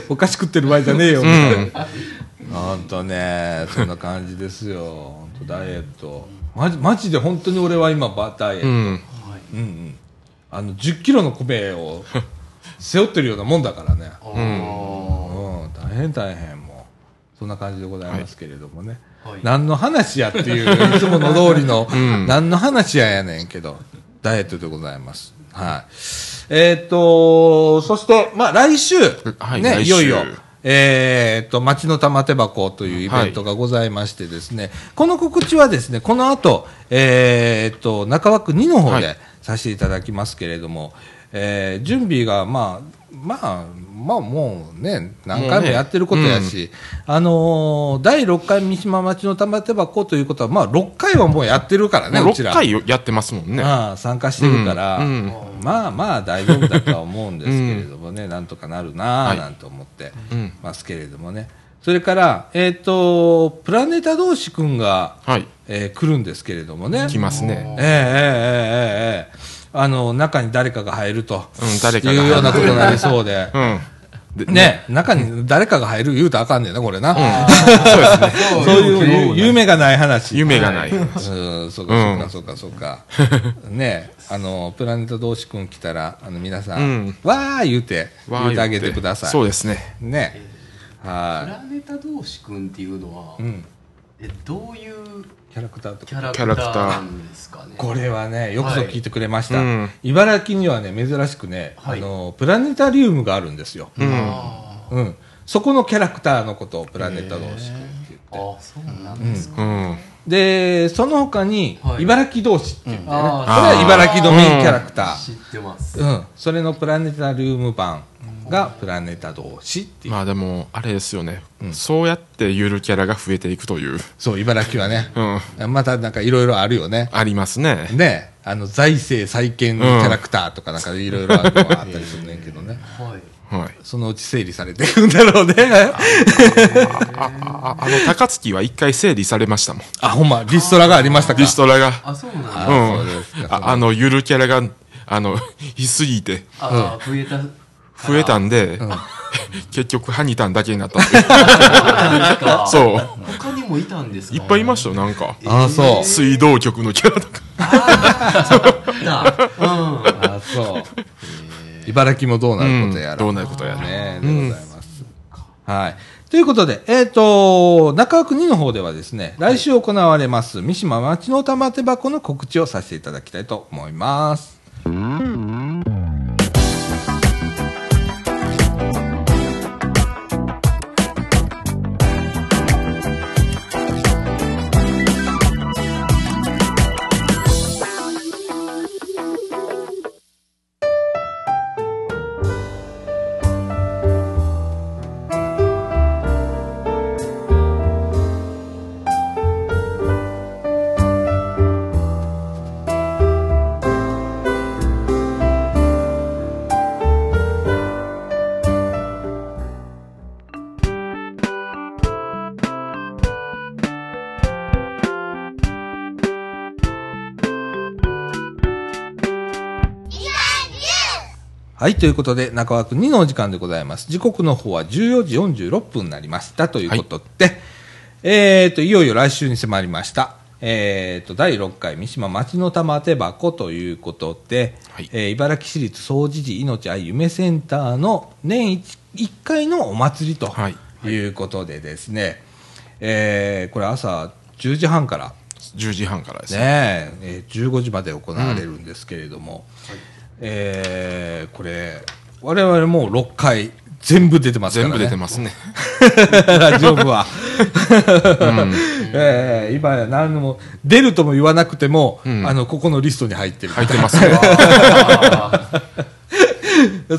Speaker 1: おかしくってる場合じゃねえよ、みたいな。ほんとね、そんな感じですよ。ほんとダイエット。マジ、マジで本当に俺は今、バダイエット。
Speaker 4: う
Speaker 1: うん
Speaker 4: ん。
Speaker 1: うん。あの、10キロの米を背負ってるようなもんだから ね。うん、大変大変もう。そんな感じでございますけれどもね。
Speaker 5: はい
Speaker 1: 何の話やって いう、いつもの通りの、何の話ややねんけど、ダイエットでございます。はい。えーっ、と、そして、まあ来週、
Speaker 4: はい
Speaker 1: ね、
Speaker 4: 来週
Speaker 1: いよいよ、えーっと、町の玉手箱というイベントがございましてですね、この告知はですね、この後、えーっと、中枠2の方
Speaker 4: は
Speaker 1: で
Speaker 4: い
Speaker 1: させていただきますけれども、えー準備が、まあ、まあ、まあもうね、何回もやってることやし、あのー第6回三島町の玉手箱ということは、まあ6回はもうやってるからね、うち
Speaker 4: 6
Speaker 1: ら。
Speaker 4: 回やってますもんね。
Speaker 1: ああ参加してるから、
Speaker 4: うん
Speaker 1: まあまあ大丈夫だとは思うんですけれどもね、なんとかなるなあなんて思って
Speaker 4: うん
Speaker 1: ますけれどもね、それから、えっとプラネタ同士くんが、
Speaker 4: はい。
Speaker 1: えー来るんですけれどもね
Speaker 4: 来ます
Speaker 1: え
Speaker 4: ね。
Speaker 1: えええええええあの中に誰かが入ると、
Speaker 4: うん誰かが入る
Speaker 1: いうようなことになりそうで。
Speaker 4: うん。 で
Speaker 1: ね、中に誰かが入る言うたらあかんねんな、これな。
Speaker 5: そ う
Speaker 1: そういう夢がない話。
Speaker 4: 夢がない。
Speaker 1: うん、そうか、そうか、そうか、そうか。ねえ、あの、プラネタ同士くん来たら、あの、皆さん、
Speaker 4: うん
Speaker 1: わー言うて、言うてあげてください。
Speaker 4: そうですね。
Speaker 1: ねえ。
Speaker 5: プ
Speaker 1: は
Speaker 5: ラネタ同士くんっていうのは、
Speaker 1: い。うん。
Speaker 5: えどういう
Speaker 1: キャラクターと
Speaker 5: キ
Speaker 1: か。
Speaker 5: ャラク
Speaker 4: キャラク
Speaker 5: タ
Speaker 4: タ
Speaker 5: ー
Speaker 4: ー
Speaker 5: なんですかね
Speaker 1: これはね、よくぞ聞いてくれました。
Speaker 4: はいうん
Speaker 1: 茨城にはね、珍しくね、
Speaker 5: はい
Speaker 1: あの、プラネタリウムがあるんですよ。
Speaker 4: うん。
Speaker 5: あ
Speaker 1: うん。そこのキャラクターのことをプラネタ同士くんって言って。
Speaker 5: ーあそうなんですか、
Speaker 4: うん。
Speaker 1: で、その他に、
Speaker 5: はい
Speaker 1: 茨城同士っていうんだよね。
Speaker 5: うん
Speaker 1: これは茨城のメインキャラクター。
Speaker 5: 知ってます、
Speaker 1: うん、それのプラネタリウム版がプラネタ同士っていう、
Speaker 4: まあでも、あれですよね。そうやってゆるキャラが増えていくという。
Speaker 1: そう茨城はね、
Speaker 4: うん。
Speaker 1: またなんかいろいろあるよね
Speaker 4: ありますね。
Speaker 1: ねあの財政再建のキャラクターとかなんかいろいろあるのはあったりするねんけどね
Speaker 5: はい
Speaker 4: はい。
Speaker 1: そのうち整理されていくんだろうね
Speaker 4: あ、あの、高槻は一回整理されましたもん。
Speaker 1: あほんまリストラがありましたか
Speaker 4: リストラが。
Speaker 5: あそうなんだ
Speaker 1: あ
Speaker 4: うん
Speaker 1: そうですか。
Speaker 4: ああの、ゆるキャラが、あの、いすぎて、
Speaker 5: あー増えた
Speaker 4: 増えた
Speaker 5: ん
Speaker 4: んで、 結局、ハニタンだけになったっていう
Speaker 5: か
Speaker 4: そう。
Speaker 5: 他にもいたんですか
Speaker 4: いっぱいいましたよ、なんか。
Speaker 1: ああそう
Speaker 4: 水道局のキャラとか。
Speaker 5: なうん
Speaker 1: あそう茨城もどうなることやら、
Speaker 4: どうなることやら。
Speaker 1: ね、でございます。はい。ということで、えっ、と、中区2の方ではですね、来週行われます、三島町の玉手箱の告知をさせていただきたいと思います。はい。ということで、中枠2のお時間でございます。時刻の方は14時46分になりました。ということで、えっ、と、いよいよ来週に迫りました。えっ、と、第6回三島町の玉手箱ということで、
Speaker 4: はい
Speaker 1: えー茨城市立総知事命愛夢センターの年 1, 回のお祭りと
Speaker 4: はい
Speaker 1: いうことでですね、えーこれ朝10時半から、
Speaker 4: 10時半からですね。
Speaker 1: ねええー15時まで行われるんですけれども、えーこれ我々もう6回全部出てますか
Speaker 4: 全
Speaker 1: らね
Speaker 4: 部出てますね。
Speaker 1: ラジオ部は ええ今や何も出るとも言わなくても、あのここのリストに入ってる
Speaker 4: 入ってますね。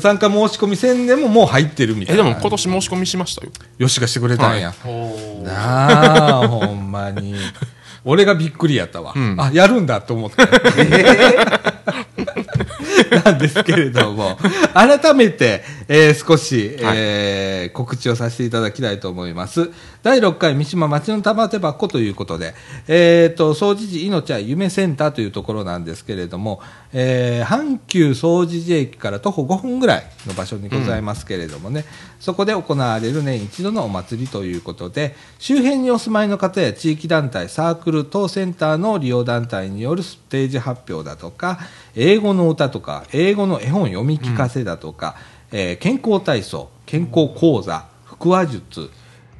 Speaker 1: 参加申し込み宣伝ももう入ってるみた
Speaker 4: え、
Speaker 1: い
Speaker 4: で
Speaker 1: な
Speaker 4: も今年申し込みしまし たよ。
Speaker 1: よしがしてくれたんや、
Speaker 3: お
Speaker 1: なあほんまに俺がびっくりやったわ、あやるんだと思ってなんですけれど も改めて、えー少し、えー告知をさせていただきたいと思います第6回三島町の玉手箱ということで、えー、と総除寺いのちゃん夢センターというところなんですけれども、えー阪急総除寺駅から徒歩5分ぐらいの場所にございますけれどもね、そこで行われる年一度のお祭りということで周辺にお住まいの方や地域団体サークル等センターの利用団体によるステージ発表だとか英語の歌とか英語の絵本読み聞かせだとか、えー健康体操健康講座腹話術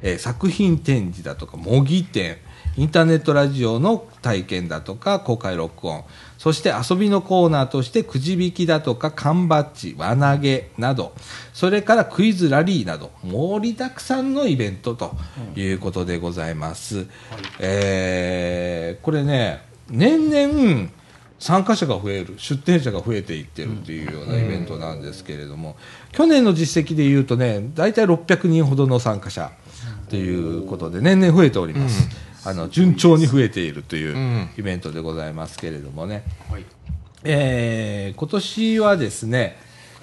Speaker 1: えー作品展示だとか模擬展インターネットラジオの体験だとか公開録音そして遊びのコーナーとしてくじ引きだとか缶バッジ輪投げなどそれからクイズラリーなど盛りだくさんのイベントということでございます、えーこれね年々参加者が増える出店者が増えていってるっていうようなイベントなんですけれども、去年の実績でいうとね大体600人ほどの参加者ということで年々増えております、あの順調に増えているというイベントでございますけれどもね、えー今年はですね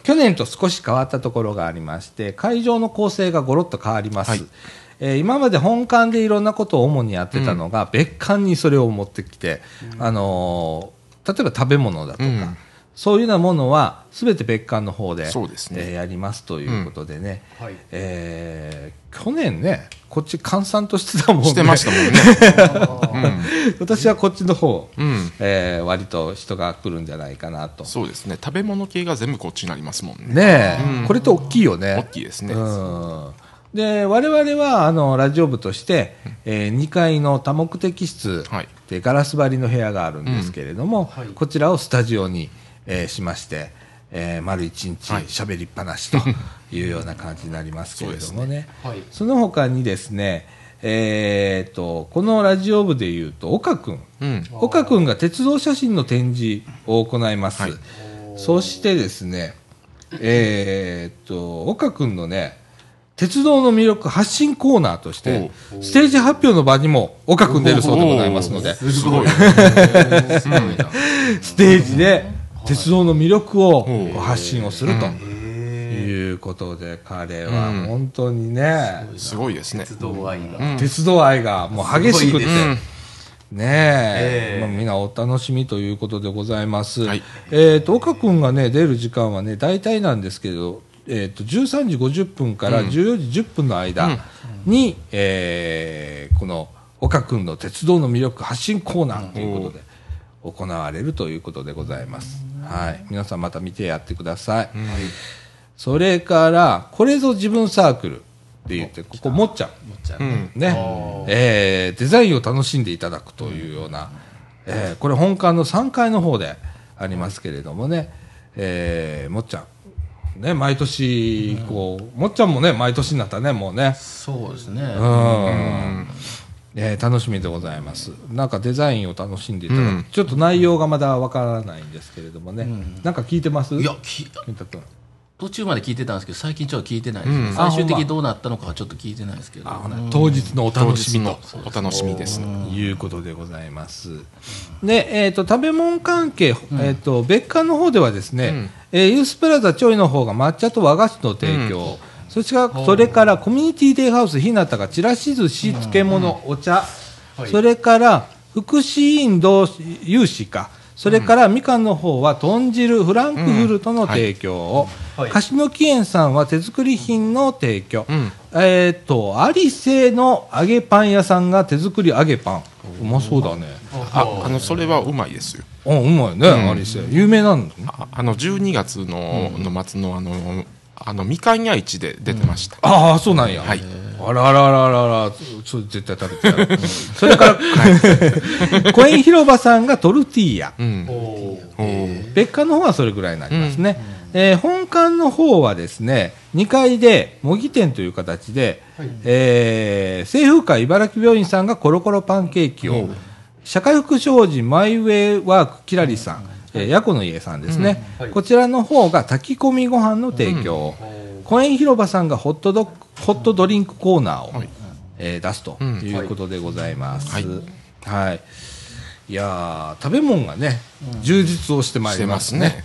Speaker 1: 去年と少し変わったところがありまして会場の構成がごろっと変わります、えー今まで本館でいろんなことを主にやってたのが、別館にそれを持ってきて、あのー例えば食べ物だとか、
Speaker 4: うん
Speaker 1: そういうようなものは全て別館の方で
Speaker 4: そうですね
Speaker 1: えーやりますということでね、
Speaker 3: うんはい
Speaker 1: えー去年ねこっち閑散としてたもんね
Speaker 4: してましたもんね。
Speaker 1: 私はこっちの方、
Speaker 4: うん。うん
Speaker 1: えー割と人が来るんじゃないかなと
Speaker 4: そうですね。食べ物系が全部こっちになりますもんね。
Speaker 1: ねえ、
Speaker 4: うん
Speaker 1: これって大きいよね
Speaker 4: 大きいですね。
Speaker 1: うんで我々はあのラジオ部として、え2階の多目的室
Speaker 4: はい
Speaker 1: でガラス張りの部屋があるんですけれども、こちらをスタジオに、えーしまして、えー丸一日
Speaker 4: はい
Speaker 1: 喋りっぱなし というような感じになりますけれどもね。
Speaker 3: そうですねはい
Speaker 1: その他にですね、えー、とこのラジオ部でいうと岡君、
Speaker 4: うん。
Speaker 1: 岡君が鉄道写真の展示を行います、
Speaker 4: はい
Speaker 1: そしてですねえーっと岡君のね鉄道の魅力発信コーナーとしてステージ発表の場にも岡君出るそうでございますので
Speaker 4: ですごい。
Speaker 3: すごいな。
Speaker 1: ステージで鉄道の魅力を
Speaker 4: うん
Speaker 1: こう発信をするということで彼は本当にね、
Speaker 4: すごいですね。
Speaker 5: 鉄道愛が、
Speaker 1: 鉄道愛がもう激しくて、
Speaker 5: すごいです
Speaker 1: ねえ、
Speaker 5: ええ
Speaker 1: まあ、みんなお楽しみということでございます。
Speaker 4: はい
Speaker 1: えっ、と、岡君がね、出る時間はね、大体なんですけど、えっ、と、13時50分から14時10分の間に、えーこの岡君の鉄道の魅力発信コーナーということで、行われるということでございます。はい。皆さんまた見てやってください。それから、これぞ自分サークルって言って、ここ、もっちゃん。
Speaker 4: うん。
Speaker 1: ねえーデザインを楽しんでいただくというような、えーこれ本館の3階の方でありますけれどもね、えーもっちゃん、ね、毎年こうもっちゃんもね毎年になったねもうね、
Speaker 3: そうですね。
Speaker 1: うんえー楽しみでございますなんかデザインを楽しんでいただく、
Speaker 4: うん
Speaker 1: ちょっと内容がまだわからないんですけれどもね、なんか聞いてます
Speaker 3: いや、き
Speaker 1: 健太君
Speaker 3: 途中まで聞いてたんですけど、最近ちょっと聞いてないですね、
Speaker 4: うん
Speaker 3: 最終的にどうなったのかはちょっと聞いてないですけど。うん
Speaker 1: 当日のお
Speaker 4: 当
Speaker 1: 楽し
Speaker 4: 日
Speaker 1: みと
Speaker 4: のお楽しみです。
Speaker 1: いうことでございます。で、えっ、と、食べ物関係、えっ、と、別館の方ではですね、えーユースプラザちょいの方が抹茶と和菓子の提供、そしてかそれからコミュニティデイハウスひなたがちらし寿司、漬物、お茶、それから福祉院同有志か、それからみかんの方は豚汁、フランクフルトの提供を、
Speaker 5: はい
Speaker 1: 菓子の木園さんは手作り品の提供、
Speaker 4: ん
Speaker 1: えっ、とアリセの揚げパン屋さんが手作り揚げパンうまそうだね
Speaker 4: あ、あの、それはうまいですよ。
Speaker 1: あうまいね、アリセ有名なんだね
Speaker 4: ああの、12月の、の末の、あの、あの、みかん屋市で出てました。
Speaker 1: ああそうなんや、
Speaker 4: はい
Speaker 1: あらあらあらあらあらそれ絶対食べてやるそれから、 コイン広場さんがトルティーヤ
Speaker 4: うん。
Speaker 3: おー
Speaker 4: おー
Speaker 1: 別館の方はそれぐらいになりますね、えー本館の方はですね2階で模擬店という形で、えー清風会茨城病院さんがコロコロパンケーキを、社会福祉法人マイウェイワークキラリさん、えー、ヤコの家さんですね、こちらの方が炊き込みご飯の提供を、公園広場さんがホットドッグホットドリンクコーナーを、えー出すということでございます。
Speaker 4: はい
Speaker 1: はい、い、やー食べ物がね充実をしてまいりますね。
Speaker 4: して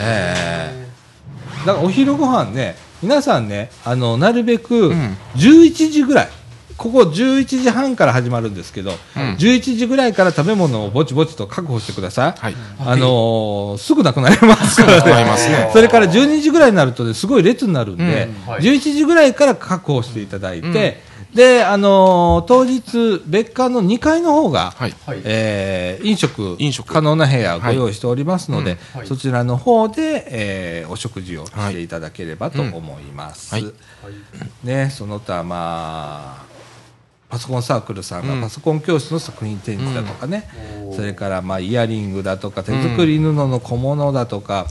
Speaker 1: えーだからお昼ご飯ね皆さんねあのなるべく
Speaker 4: ん
Speaker 1: 11時ぐらい、ここ11時半から始まるんですけど、11時ぐらいから食べ物をぼちぼちと確保してください、
Speaker 4: はい
Speaker 1: あのーすぐなくなりますから
Speaker 4: なりますね
Speaker 1: それから12時ぐらいになるとね、すごい列になるんで、
Speaker 5: うんはい
Speaker 1: 11時ぐらいから確保していただいて、であのー当日、別館の2階の方が、
Speaker 4: はい
Speaker 5: はい
Speaker 1: えー飲食
Speaker 4: 飲食
Speaker 1: 可能な部屋をご用意しておりますので、そちらの方で、えーお食事をしていただければと思います。
Speaker 4: はいうん
Speaker 1: ね、その他、まあパソコンサークルさんがパソコン教室の作品展示だとかね、それからまあイヤリングだとか手作り布の小物だとか、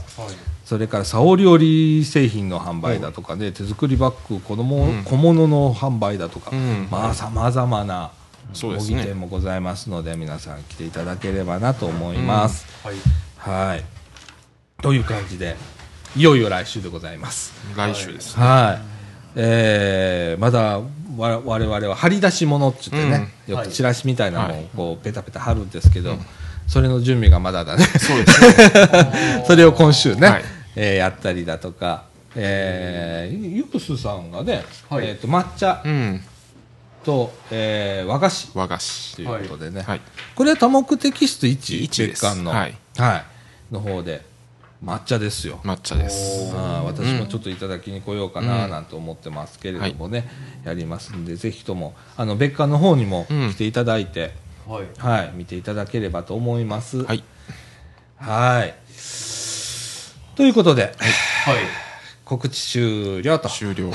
Speaker 1: それから沙織織製品の販売だとかね、手作りバッグ子供小物の販売だとか、
Speaker 4: うん
Speaker 1: まあさまざまな
Speaker 4: そう
Speaker 1: 模
Speaker 4: です
Speaker 1: 擬
Speaker 4: ね
Speaker 1: 店もございますので皆さん来ていただければなと思います。
Speaker 5: はい
Speaker 1: はいという感じでいよいよ来週でございます。
Speaker 4: 来週ですね
Speaker 1: はい。えーまだわ我々は張り出し物って言ってね、よくチラシみたいなのをこうペタペタ貼るんですけど、それの準備がまだだね。
Speaker 4: そうです ね
Speaker 1: それを今週ね、
Speaker 4: はい
Speaker 1: えーやったりだとか、えー、ユースさんがね、えー、と抹茶
Speaker 4: うん
Speaker 1: と、えー和菓子
Speaker 4: 和菓
Speaker 1: と
Speaker 4: 子
Speaker 1: いうことでね、
Speaker 4: はい
Speaker 1: これは多目的室1、
Speaker 4: 一です
Speaker 1: 別館の、
Speaker 4: はい
Speaker 1: はいの方で抹茶ですよ。
Speaker 4: 抹茶です
Speaker 1: ああ私もちょっといただきに来ようかななんて思ってますけれどもね、やりますんでぜひともあの別館の方にも
Speaker 4: うん
Speaker 1: 来ていただいて、
Speaker 5: はい
Speaker 1: はい、見ていただければと思います。
Speaker 4: はい
Speaker 1: はいということで
Speaker 5: はい
Speaker 1: 告知終了と
Speaker 4: 終了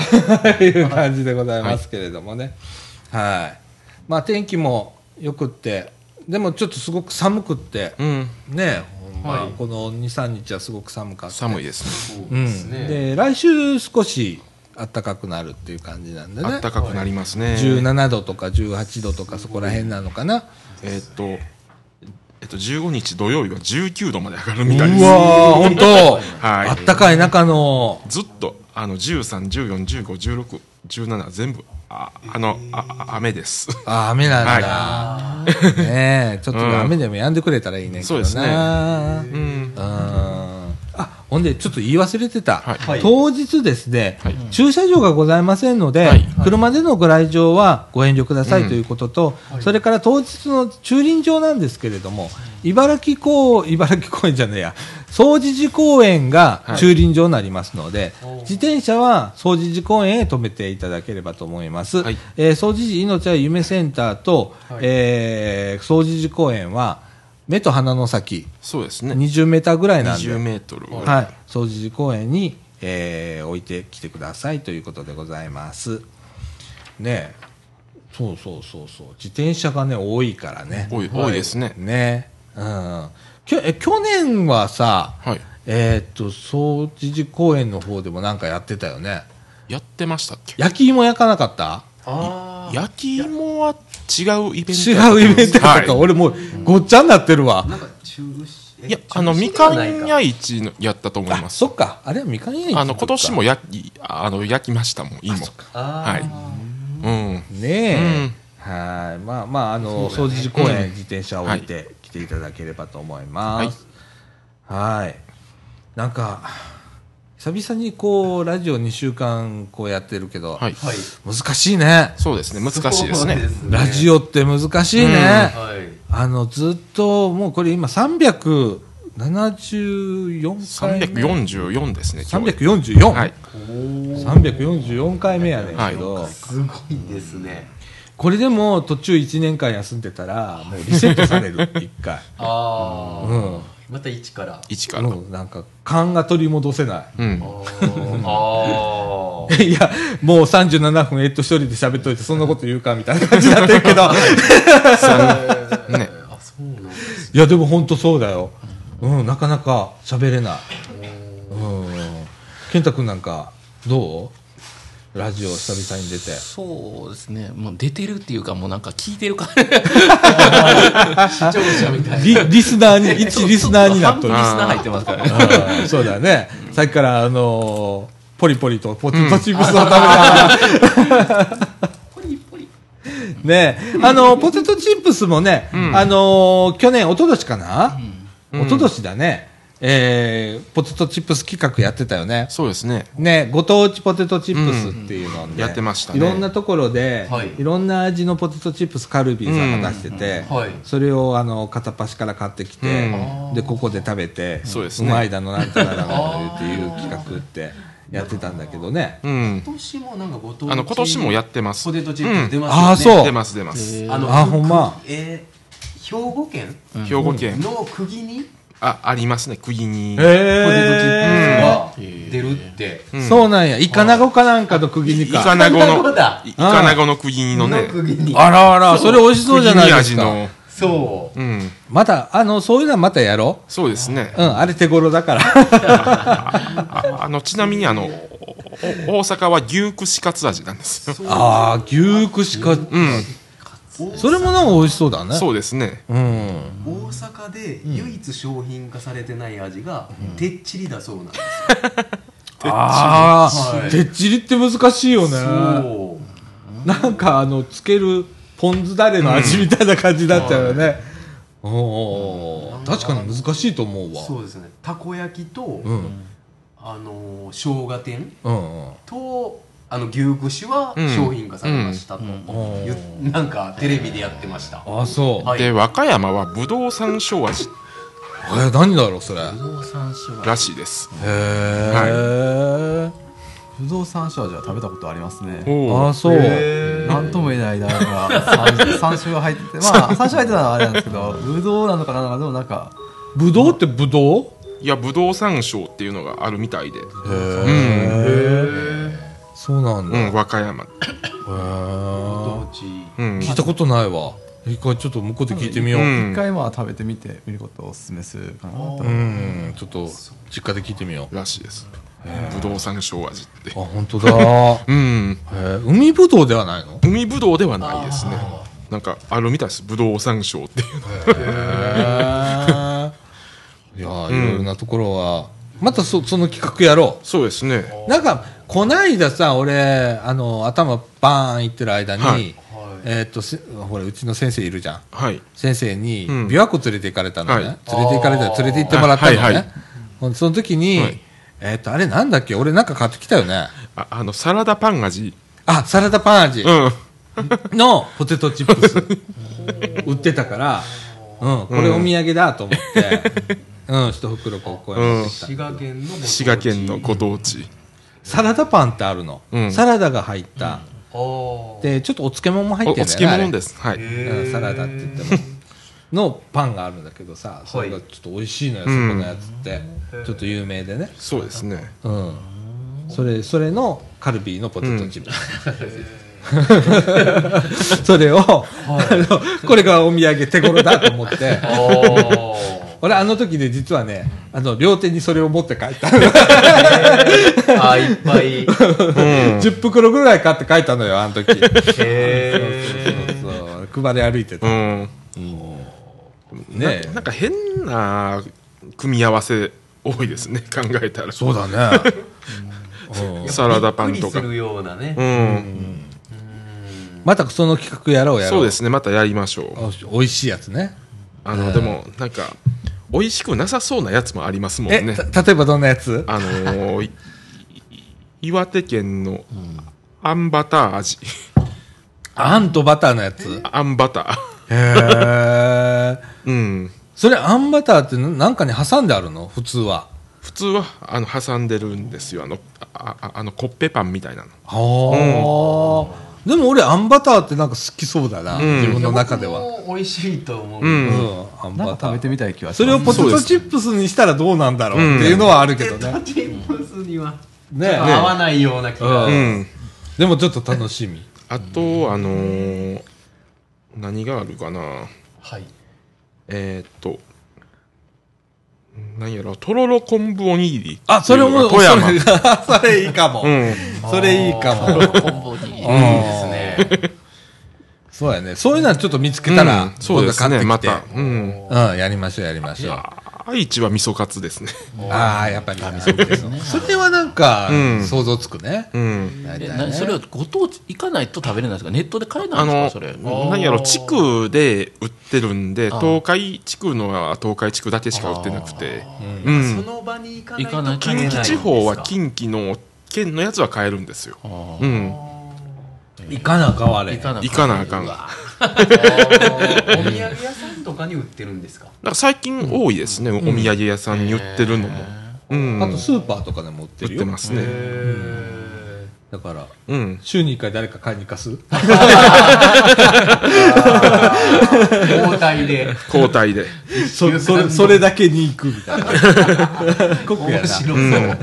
Speaker 1: いう感じでございますけれどもね、はいまあ、天気もよくってでもちょっとすごく寒くって
Speaker 4: う、ん
Speaker 1: ねほんま
Speaker 5: はい
Speaker 1: この23日はすごく寒かった
Speaker 4: 寒いです
Speaker 5: そう
Speaker 1: うん
Speaker 5: ですね、
Speaker 1: で来週少し暖かくなるっていう感じなんで
Speaker 4: ね
Speaker 1: ね
Speaker 4: 暖かくなりますね
Speaker 1: 17度とか18度とかそこら辺なのかな
Speaker 4: えーっとえっと15日土曜日は19度まで上がるみたいで
Speaker 1: う
Speaker 4: す
Speaker 1: わー本当
Speaker 4: はい
Speaker 1: あったかい中の
Speaker 4: ずっとあの1314151617全部ああのああ雨です
Speaker 1: あ雨なんだ、ねえちょっと雨でもやんでくれたらいいねんけどな
Speaker 4: そうですね
Speaker 1: うんあほんでちょっと言い忘れてた、
Speaker 4: はい
Speaker 5: い
Speaker 1: 当日ですね、
Speaker 4: はい
Speaker 1: 駐車場がございませんので、
Speaker 4: はい
Speaker 1: 車でのご来場はご遠慮くださいということと、それから当日の駐輪場なんですけれども、茨城公茨城公園じゃねえや総除寺公園が駐輪場になりますので、自転車は総除寺公園へ止めていただければと思います。
Speaker 4: はい
Speaker 1: えー、総除寺命は夢センターと、えー総除寺公園は目と鼻の先
Speaker 4: そうですね
Speaker 1: 20メーターぐらいなんで
Speaker 4: 20メートル
Speaker 1: はい、総除寺公園に、えー置いてきてくださいということでございます。ねえそうそうそうそう自転車がね多いからね。
Speaker 4: 多い多いですね
Speaker 1: ねえ、うん、きょえ去年はさ、
Speaker 4: はい
Speaker 1: えーっと総除寺公園の方でもなんかやってたよね。
Speaker 4: やってましたっけ
Speaker 1: 焼き芋焼かなかった？
Speaker 5: あ
Speaker 4: 焼き芋は違うイベント
Speaker 1: 違うイベントとか、
Speaker 4: はい
Speaker 1: 俺もうごっちゃになってるわ。
Speaker 3: なんか中止え
Speaker 4: いやあの
Speaker 5: 中止
Speaker 4: み
Speaker 5: では
Speaker 4: か
Speaker 5: ないか
Speaker 4: ん屋市のやったと思いま
Speaker 1: あ
Speaker 4: す
Speaker 1: そっかあれはみかん屋市
Speaker 4: あの
Speaker 1: とか
Speaker 4: 今年も焼きあの焼きましたもん芋は
Speaker 5: あ
Speaker 4: いうん
Speaker 1: ねえ、
Speaker 4: うん
Speaker 1: はいまあまああの掃除公園自転車を置いて来ていただければと思います、はいなんか久々にこうラジオ2週間こうやってるけど、
Speaker 4: はい
Speaker 5: はい
Speaker 1: 難しいね
Speaker 4: そうですね難しいですね
Speaker 1: ラジオって難しいね、
Speaker 5: はい
Speaker 1: あのずっともうこれ今374回目
Speaker 4: 344ですね今日
Speaker 1: 344?344
Speaker 4: はい
Speaker 1: 回目やねんけど、
Speaker 5: すごいですね
Speaker 1: これでも途中1年間休んでたらもうリセットされ る一回
Speaker 5: あ
Speaker 1: う
Speaker 5: あ、
Speaker 1: ん
Speaker 5: また一から
Speaker 4: 1から
Speaker 1: もうなんか勘が取り戻せな
Speaker 4: うん
Speaker 5: あ
Speaker 1: い いやもう37分えっと一人で喋っといてそんなこと言うかみたいな感じになってるけど
Speaker 5: あ
Speaker 4: ね
Speaker 5: あそうなんです
Speaker 1: いやでも本当そうだよ、うん、なかなか喋れないうん健太君なんかどうラジオ久々に出て
Speaker 3: そうですね。もう出てるっていうか、もうなんか聞いてるか視聴者みたいな。
Speaker 1: リリスナーに一リスナーになっとる
Speaker 3: 半分リスナー入ってますからね。
Speaker 1: うんそうだねさっきからあのーポリポリとポチポチブスを食べながら
Speaker 3: ポリポリ。
Speaker 1: ねあのポテトチップスもね、あのー去年一昨年かな、一昨年だね、えーポテトチップス企画やってたよね
Speaker 4: そうですね。
Speaker 1: ねご当地ポテトチップスっていうので、
Speaker 4: やってましたね
Speaker 1: いろんなところで、
Speaker 5: はい
Speaker 1: い、ろんな味のポテトチップスカルビーさんが出してて、
Speaker 5: うんはい
Speaker 1: それをあの片っ端から買ってきて、
Speaker 4: う
Speaker 1: でここで食べて
Speaker 4: そうですね
Speaker 1: まいだのなんとかだのっていう企画ってやってたんだけどね
Speaker 4: うん。
Speaker 5: 今年もなんかご当地
Speaker 4: あの、今年もやってます
Speaker 5: ポ。テトチップス出ますよね、
Speaker 1: ああそう
Speaker 4: 出ます、出ます。
Speaker 5: あの
Speaker 1: あほんま
Speaker 5: くえー兵庫県
Speaker 4: 兵庫県。
Speaker 5: の釘に
Speaker 4: あ、ありますね、国に。
Speaker 5: ポテトチ
Speaker 1: え
Speaker 5: ップスが出るって、
Speaker 4: うん
Speaker 1: そうなんやイカナゴかなんかの釘に
Speaker 4: イ
Speaker 1: か
Speaker 4: カナゴ
Speaker 5: イカナゴ
Speaker 4: の
Speaker 5: だ、
Speaker 4: イカナゴの国のね
Speaker 5: の、釘に
Speaker 1: あらあらそれ美味しそうじゃないで
Speaker 4: 味
Speaker 1: すか
Speaker 4: の、
Speaker 5: そう
Speaker 4: うん、
Speaker 1: またあのそういうのはまたやろ
Speaker 4: そうですね
Speaker 1: う。うんあれ手頃だから
Speaker 4: ああの、ちなみにあの、おお大阪は牛串カツ味なんですよ。
Speaker 1: ああ牛串か、
Speaker 4: うん、
Speaker 1: それもなんか美味しそうだね
Speaker 4: そうですね。
Speaker 1: うん
Speaker 5: 大阪で唯一商品化されてない味がてっちりだそうなんです、
Speaker 1: あ
Speaker 5: は
Speaker 1: あ
Speaker 5: い
Speaker 1: てっちりって難しいよね
Speaker 5: そう
Speaker 1: なんかあのつけるポン酢だれの味みたいな感じになっちゃうよね、おおー確かに難しいと思うわ
Speaker 5: そうですねたこ焼きと、
Speaker 1: うん
Speaker 5: あのー生姜店
Speaker 1: うんうん
Speaker 5: とあの牛串は
Speaker 4: うん
Speaker 5: 商品化されましたと、
Speaker 1: ん
Speaker 5: ゆなんかテレビでやってました
Speaker 1: ああそう、
Speaker 5: はい
Speaker 4: で、和歌山はぶどう山椒味
Speaker 1: えー何だろうそれへ
Speaker 3: 農産省
Speaker 4: らしいです。
Speaker 1: え、
Speaker 2: 不動産商じは食べたことありますね。
Speaker 1: あ
Speaker 4: お
Speaker 1: あ
Speaker 4: ー
Speaker 1: そう、
Speaker 2: なんとも言えないだから山山椒が入ってて、まあ山椒入ってたのはあれなんですけど、ぶどうなのかななんかでもなんか
Speaker 1: ぶどうってぶどう
Speaker 4: いや、ぶどう山椒っていうのがあるみたいで、
Speaker 1: へえそうなん
Speaker 4: う
Speaker 1: だ、へ
Speaker 4: ん、和歌山。
Speaker 1: え
Speaker 5: ご当地
Speaker 4: うん、
Speaker 1: 聞いたことないわ一回ちょっと向こうで聞いてみようう、
Speaker 4: うんん
Speaker 2: 一回まあ食べてみてみることをお勧めするかなと。
Speaker 1: ちょっと実家で聞いてみよう
Speaker 4: らしいです。ぶどう山椒味って
Speaker 1: あ。本当だ へ
Speaker 4: うん、
Speaker 1: え海ぶどうではないの
Speaker 4: 海ぶどうではないですね。なんかあるみたいです。ぶどう山椒っていうの。
Speaker 1: いやーいろいろなところは、またそその企画やろ
Speaker 4: そうですね。
Speaker 1: うなんかこないださ俺あの頭バーンいってる間に、
Speaker 4: はい
Speaker 1: えーっとせほらうちの先生いるじゃん
Speaker 4: はい。
Speaker 1: 先生に
Speaker 4: うん
Speaker 1: 琵琶湖連れて行かれたのね、
Speaker 4: はい
Speaker 1: 連れて行かれた連れて行ってもらったのね、
Speaker 4: あはいはい
Speaker 1: ほんでその時に、
Speaker 4: はい
Speaker 1: えーっとあれなんだっけ俺なんか買ってきたよね
Speaker 4: ああの、サラダパン味。
Speaker 1: あサラダパン味
Speaker 4: うん。
Speaker 1: のポテトチップス売ってたから、うん、これお土産だと思って、うん、一袋ここへ持ってきた、
Speaker 5: 滋賀県のご当地
Speaker 4: 滋賀県のご当地。
Speaker 1: サラダパンってあるの、
Speaker 4: うん
Speaker 1: サラダが入った、
Speaker 5: ああ
Speaker 1: でちょっとお漬物も入
Speaker 4: お
Speaker 1: っ
Speaker 4: お
Speaker 1: てるんだよ
Speaker 4: 漬
Speaker 1: ね
Speaker 4: 物です。はい。
Speaker 1: あれうんサラダって言ってものパンがあるんだけどさそれがちょっと美味しいのよ、
Speaker 4: うん
Speaker 1: そこのやつってちょっと有名でね
Speaker 4: そうですね。
Speaker 1: うんそれそれのカルビーのポテトチップス、 それを、あのこれがお土産手頃だと思 って俺あの時で実はねあの両手にそれを持って帰った、
Speaker 5: あいっぱい
Speaker 1: 10袋ぐらい買って帰ったのよあの時そう
Speaker 5: へえ
Speaker 1: そうそう配り歩いて
Speaker 4: う
Speaker 1: た、
Speaker 4: ん。
Speaker 1: ねえ
Speaker 4: なんか変な組み合わせ多いですね。 考えたら。
Speaker 1: そうだねうん
Speaker 4: サラダパンとか
Speaker 5: びっくりす。るようなね
Speaker 4: うん。
Speaker 1: またその企画やろうやろう
Speaker 4: そうですね。またやりましょう。
Speaker 1: あ美味しいやつね
Speaker 4: あの、でも、なんか、美味しくなさそうなやつもありますもん
Speaker 1: え、
Speaker 4: ね。
Speaker 1: た例えばどんなやつ
Speaker 4: あのー、いい岩手県のあんバター味。
Speaker 1: あんとバターのやつへ
Speaker 4: あんバタ
Speaker 1: え
Speaker 4: ー。うん。
Speaker 1: それあんバターってななんかに挟んであるの普通は
Speaker 4: 普通は、あの、挟んでるんですよ。あの、あああの、コッペパンみたいなの。
Speaker 1: はあ、でも俺あんバターってなんか好きそうだな、
Speaker 4: ん
Speaker 1: 自分の中では
Speaker 5: 僕も美味しいと思う、
Speaker 4: うん
Speaker 1: うん、あん
Speaker 2: なん
Speaker 1: バ
Speaker 2: か
Speaker 1: タ
Speaker 2: 食べてみ
Speaker 1: ー
Speaker 2: たい気はし
Speaker 1: それ
Speaker 2: ま
Speaker 1: を
Speaker 2: す。
Speaker 1: ポテトチップスにしたらどうなんだろうっていうのはあるけどね、
Speaker 5: チップスには
Speaker 1: ね
Speaker 5: ちょっと合わないような気が、
Speaker 1: う
Speaker 4: うん。
Speaker 1: でもちょっと楽しみ
Speaker 4: あと、あのー何があるかな。
Speaker 5: はい
Speaker 4: えーっと、何やろとろろ昆布おにぎり
Speaker 1: あ、それも、
Speaker 4: 富山
Speaker 1: それが それいいかも。
Speaker 4: うん
Speaker 1: それいいかも。
Speaker 3: コンボに。
Speaker 5: ですね。
Speaker 1: そうやね。そういうのはちょっと見つけたら、
Speaker 4: うんそうですね
Speaker 1: 今
Speaker 4: ま
Speaker 1: 度買ったてき
Speaker 4: うん
Speaker 1: て。うん、やりましょう、やりましょう。
Speaker 4: 愛知は味噌カツですね
Speaker 1: ああ、やっぱり。それはなんか
Speaker 4: うん、
Speaker 1: 想像つくね。
Speaker 4: うん
Speaker 1: 大
Speaker 3: え
Speaker 1: 体ね
Speaker 3: 何それはご当地行かないと食べれないんですかネットで買えな
Speaker 4: あ
Speaker 3: いんで
Speaker 4: の
Speaker 3: すかそれ
Speaker 4: 何やろ地区で売ってるんで東海地区のは東海地区だけしか売ってなくてう
Speaker 5: そ
Speaker 4: ん
Speaker 5: の場に行か
Speaker 3: 行か
Speaker 5: な
Speaker 3: ないい
Speaker 5: と
Speaker 3: と
Speaker 4: 近
Speaker 5: 買えないんで
Speaker 4: 畿
Speaker 5: すか
Speaker 4: 地方は近畿の県のやつは買えるんですよ
Speaker 3: あー
Speaker 4: うん
Speaker 1: いかなかわれ。
Speaker 3: 行かな
Speaker 4: 行かなあかん
Speaker 3: うわ
Speaker 5: お土産屋さんとかに売ってるんですか
Speaker 4: だから最近多いですね、お土産屋さんに売ってるのも、うん
Speaker 1: あとスーパーとかでも売って
Speaker 4: 売
Speaker 1: る
Speaker 4: っ
Speaker 1: よ
Speaker 4: て。ますね、
Speaker 1: だから、
Speaker 4: うん、
Speaker 1: 週に1回誰か買いに行かす
Speaker 5: 交代で。
Speaker 4: 交代 で、
Speaker 1: そそれそれだけに行くみたい な。酷や
Speaker 5: 面
Speaker 1: な。
Speaker 5: 白そう。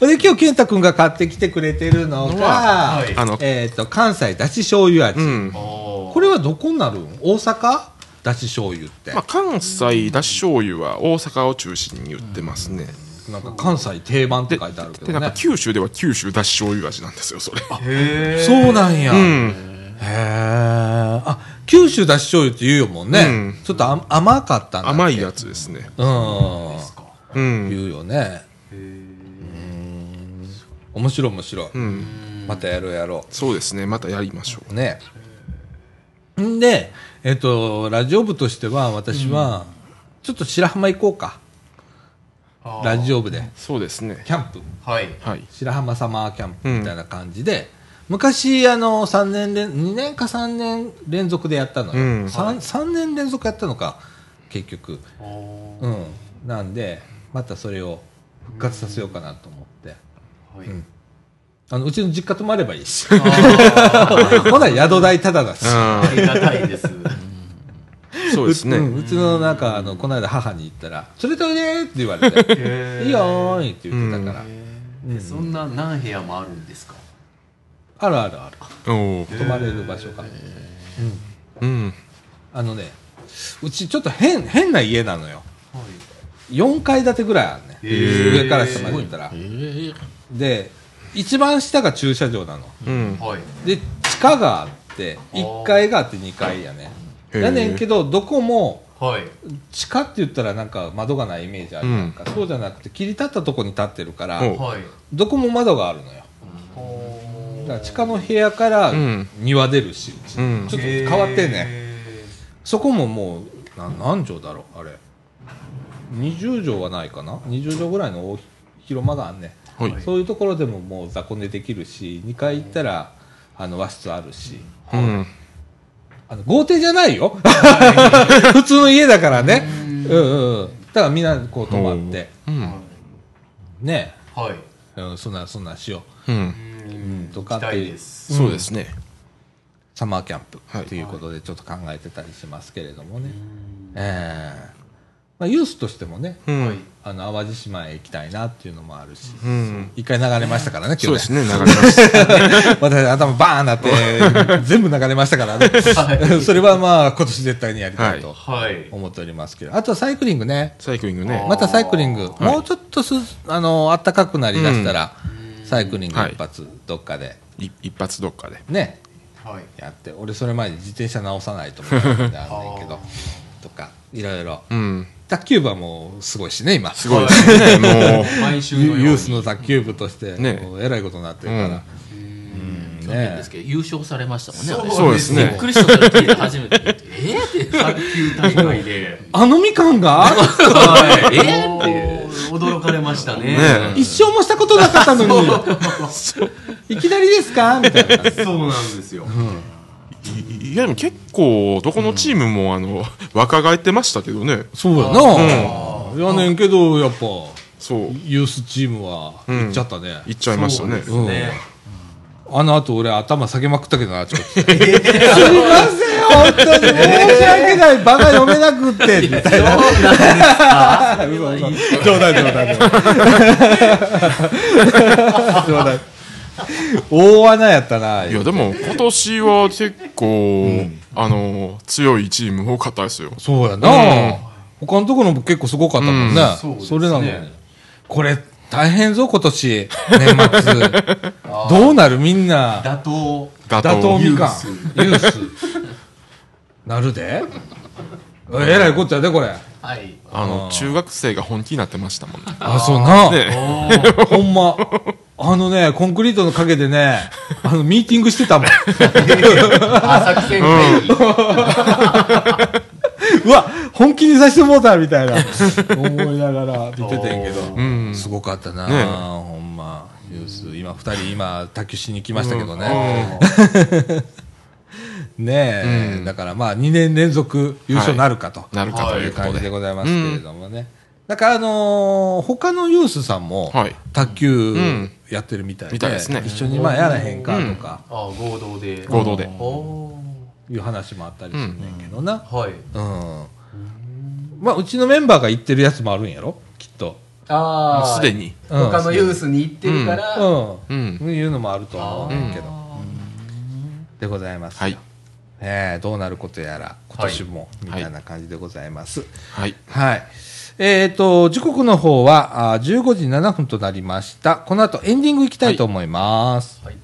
Speaker 1: それで今日健太君が買ってきてくれてるの
Speaker 4: の
Speaker 1: が、
Speaker 5: はい
Speaker 4: あの
Speaker 1: えっ、と関西だし醤油味、
Speaker 4: うん
Speaker 1: これはどこになるん大阪だし醤油って、
Speaker 4: まあ、関西だし醤油は大阪を中心に売ってますね、
Speaker 1: なんか関西定番って書いてあるけど
Speaker 4: でなん
Speaker 1: ね
Speaker 4: か九州では九州だし醤油味なんですよそれ
Speaker 1: そうなんや、
Speaker 4: うん
Speaker 1: へえあ九州だし醤油って言うよもんね、
Speaker 4: うん
Speaker 1: ちょっとあ甘かったんだ
Speaker 4: 甘い
Speaker 1: や
Speaker 4: やつですね
Speaker 1: う
Speaker 4: うんん、
Speaker 1: 言うよねうん面白い面白い、
Speaker 4: うん、
Speaker 1: またやろうやろう
Speaker 4: そうですねまたやりましょ
Speaker 1: ね。んで、えっと、ラジオ部としては、私は、ちょっと白浜行こうか。ラジオ部で。
Speaker 4: うそうですね
Speaker 1: キャンプ。
Speaker 5: はい。
Speaker 4: はい
Speaker 1: 白浜サマーキャンプみたいな感じで、昔、あの、3年連、2年か3年連続でやったの
Speaker 4: う
Speaker 1: よ。
Speaker 4: ん
Speaker 1: 三三 3, 年連続やったのか、結局。うん。なんで、またそれを復活させようかなと思って。
Speaker 5: はい
Speaker 1: あの、うちの実家泊まればいいし。 ほな、宿代ただだし。
Speaker 5: ありがたいです。
Speaker 4: うんそうですね、
Speaker 1: んうちのなんかあのこの間母に言ったら「連れておいで」って言われて「いいよーい」って言ってたから、
Speaker 5: でそんな何部屋もあるんですか
Speaker 1: あるあるある
Speaker 4: おう
Speaker 1: 泊まれる場所が、
Speaker 4: うん
Speaker 1: あのねうちちょっと変変な家なのよ4階建てぐらいあるね、上から下まで行ったら、で一番下が駐車場なの
Speaker 4: うん
Speaker 5: はい。
Speaker 1: で地下があって1階があって2階やね
Speaker 4: へー
Speaker 1: やねんけどどこも
Speaker 5: はい。
Speaker 1: 地下って言ったらなんか窓がないイメージあるやんか、そうじゃなくて切り立ったとこに立ってるから、
Speaker 4: おう
Speaker 5: はい。
Speaker 1: どこも窓があるのよだから地下の部屋から
Speaker 4: うん
Speaker 1: 庭出るし、うち
Speaker 4: うん
Speaker 1: ちょっと変わってんねそこももうな何畳だろうあれ20畳はないかな20畳ぐらいの大広間があんね
Speaker 4: はい
Speaker 1: そういうところでももう雑魚寝できるし2階行ったらあの和室あるし
Speaker 4: うん
Speaker 1: あの豪邸じゃないよ 普通の家だからねうんうんうんだからみんなこう泊まって
Speaker 4: うん
Speaker 1: ね
Speaker 5: はい。
Speaker 1: うんそんなそんなしよ
Speaker 4: うん
Speaker 1: う、うん、とか
Speaker 5: 行
Speaker 1: っ
Speaker 5: きた
Speaker 1: て
Speaker 5: い
Speaker 1: いう
Speaker 5: です。
Speaker 4: そうですね、
Speaker 1: サマーキャンプ
Speaker 4: はい
Speaker 1: ということでちょっと考えてたりしますけれどもね、ええまあ、ユースとしてもね
Speaker 4: うん
Speaker 5: はい。
Speaker 1: あの淡路島へ行きたいなっていうのもあるし、
Speaker 4: うん
Speaker 1: 一回流れましたからね
Speaker 4: そう
Speaker 1: 今
Speaker 4: で
Speaker 1: 日
Speaker 4: す
Speaker 1: ね
Speaker 4: ね流れま した
Speaker 1: 私頭バーンなって全部流れましたからねそれはまあ今年絶対にやりたいと
Speaker 5: はい。
Speaker 1: 思っておりますけどあとはサイクリングね
Speaker 4: サイクリングね
Speaker 1: またサイクリング、もうちょっとすあの暖かくなりだしたら、サイクリング一発どっかで
Speaker 4: い一発どっかで
Speaker 1: ね
Speaker 5: はい。
Speaker 1: やって俺それ前に自転車直さないと思ったんであんねんけ どとかいろいろ
Speaker 4: うん
Speaker 1: 卓球部はもうすごいしね今
Speaker 4: すごいですねもう
Speaker 5: 毎週のよう
Speaker 1: ユ
Speaker 5: に。
Speaker 1: ユースの卓球部として、
Speaker 4: ね
Speaker 1: もうえらいことになってるから、うん
Speaker 3: 去年ですけど優勝されましたもんねあれ
Speaker 4: そうですね
Speaker 3: びっくりしたそれ聞いて初めて えーって
Speaker 5: 卓球大会で。
Speaker 1: あのみかん が
Speaker 5: はい。
Speaker 3: えー
Speaker 5: え驚かれましたね。
Speaker 4: ね
Speaker 1: 一生もしたことなかったのに いきなりですかみたいな
Speaker 5: そうなんですよ。
Speaker 4: いいやでも結構どこのチームもあの、若返ってましたけどね
Speaker 1: そうやな、やねんけどやっぱ
Speaker 4: そう
Speaker 1: ユースチームは行っちゃったね、
Speaker 4: 行っちゃいましたね
Speaker 1: うん
Speaker 5: ね。
Speaker 1: あの後俺頭下げまくったけどな、ちょっと。 すいません、本当に申し訳ない、場が読めなくって、みたいな。冗談、冗談、冗談。冗談。大穴やったな。
Speaker 4: いやでも今年は結構、あの強いチーム多かったですよ
Speaker 1: そうやな。他のところも結構すごかったもんね。
Speaker 4: う
Speaker 1: そ
Speaker 5: そうですね
Speaker 1: れなのに。これ、大変ぞ、今年、年 末。どうなるみんな。
Speaker 3: 打倒
Speaker 1: 打
Speaker 4: 打倒
Speaker 1: 倒みかん
Speaker 3: ユース
Speaker 1: ユースなるで えらいこっちゃでこれ
Speaker 3: はい
Speaker 4: あの中学生が本気になってましたもんね
Speaker 1: あそうな
Speaker 4: ね
Speaker 1: ほんまあのねコンクリートの陰でねあのミーティングして たもん
Speaker 5: あ作戦会議、
Speaker 1: うわ本気にさせてもうたみたいな思いながら見ててんけど
Speaker 4: うん
Speaker 1: すごかったな、
Speaker 4: ね
Speaker 1: ほんまユース今2人今卓球しに来ましたけどね、ねえ、
Speaker 4: うん
Speaker 1: だからまあ2年連続優勝なるかと、
Speaker 4: なるかと
Speaker 1: と
Speaker 4: い
Speaker 1: いうう
Speaker 4: こと
Speaker 1: 感じで
Speaker 4: で
Speaker 1: ございますけれどもね。だから、あのー他のユースさんも、
Speaker 4: はい
Speaker 1: 卓球
Speaker 4: ん
Speaker 1: やってるみたいで,、
Speaker 4: みたいですね
Speaker 1: 一緒にまあやらへんかとか
Speaker 5: あ合同で
Speaker 4: 合同で
Speaker 5: お
Speaker 1: いう話もあったりすんねんけどな。
Speaker 5: はい
Speaker 1: うん。まあ、うちのメンバーが行ってるやつもあるんやろきっと。
Speaker 5: ああ
Speaker 4: すでに
Speaker 1: うん
Speaker 5: 他のユースに行ってるから、
Speaker 1: う
Speaker 4: うん
Speaker 1: ん。いうのもあると思うねんけど。うんでございますよ。
Speaker 4: はい
Speaker 1: ねえどうなることやら、今年も、みたいな感じでございます。
Speaker 4: はい
Speaker 1: はい。えっ、と、時刻の方はあー15時7分となりました。この後エンディングいきたいと思います。
Speaker 5: はい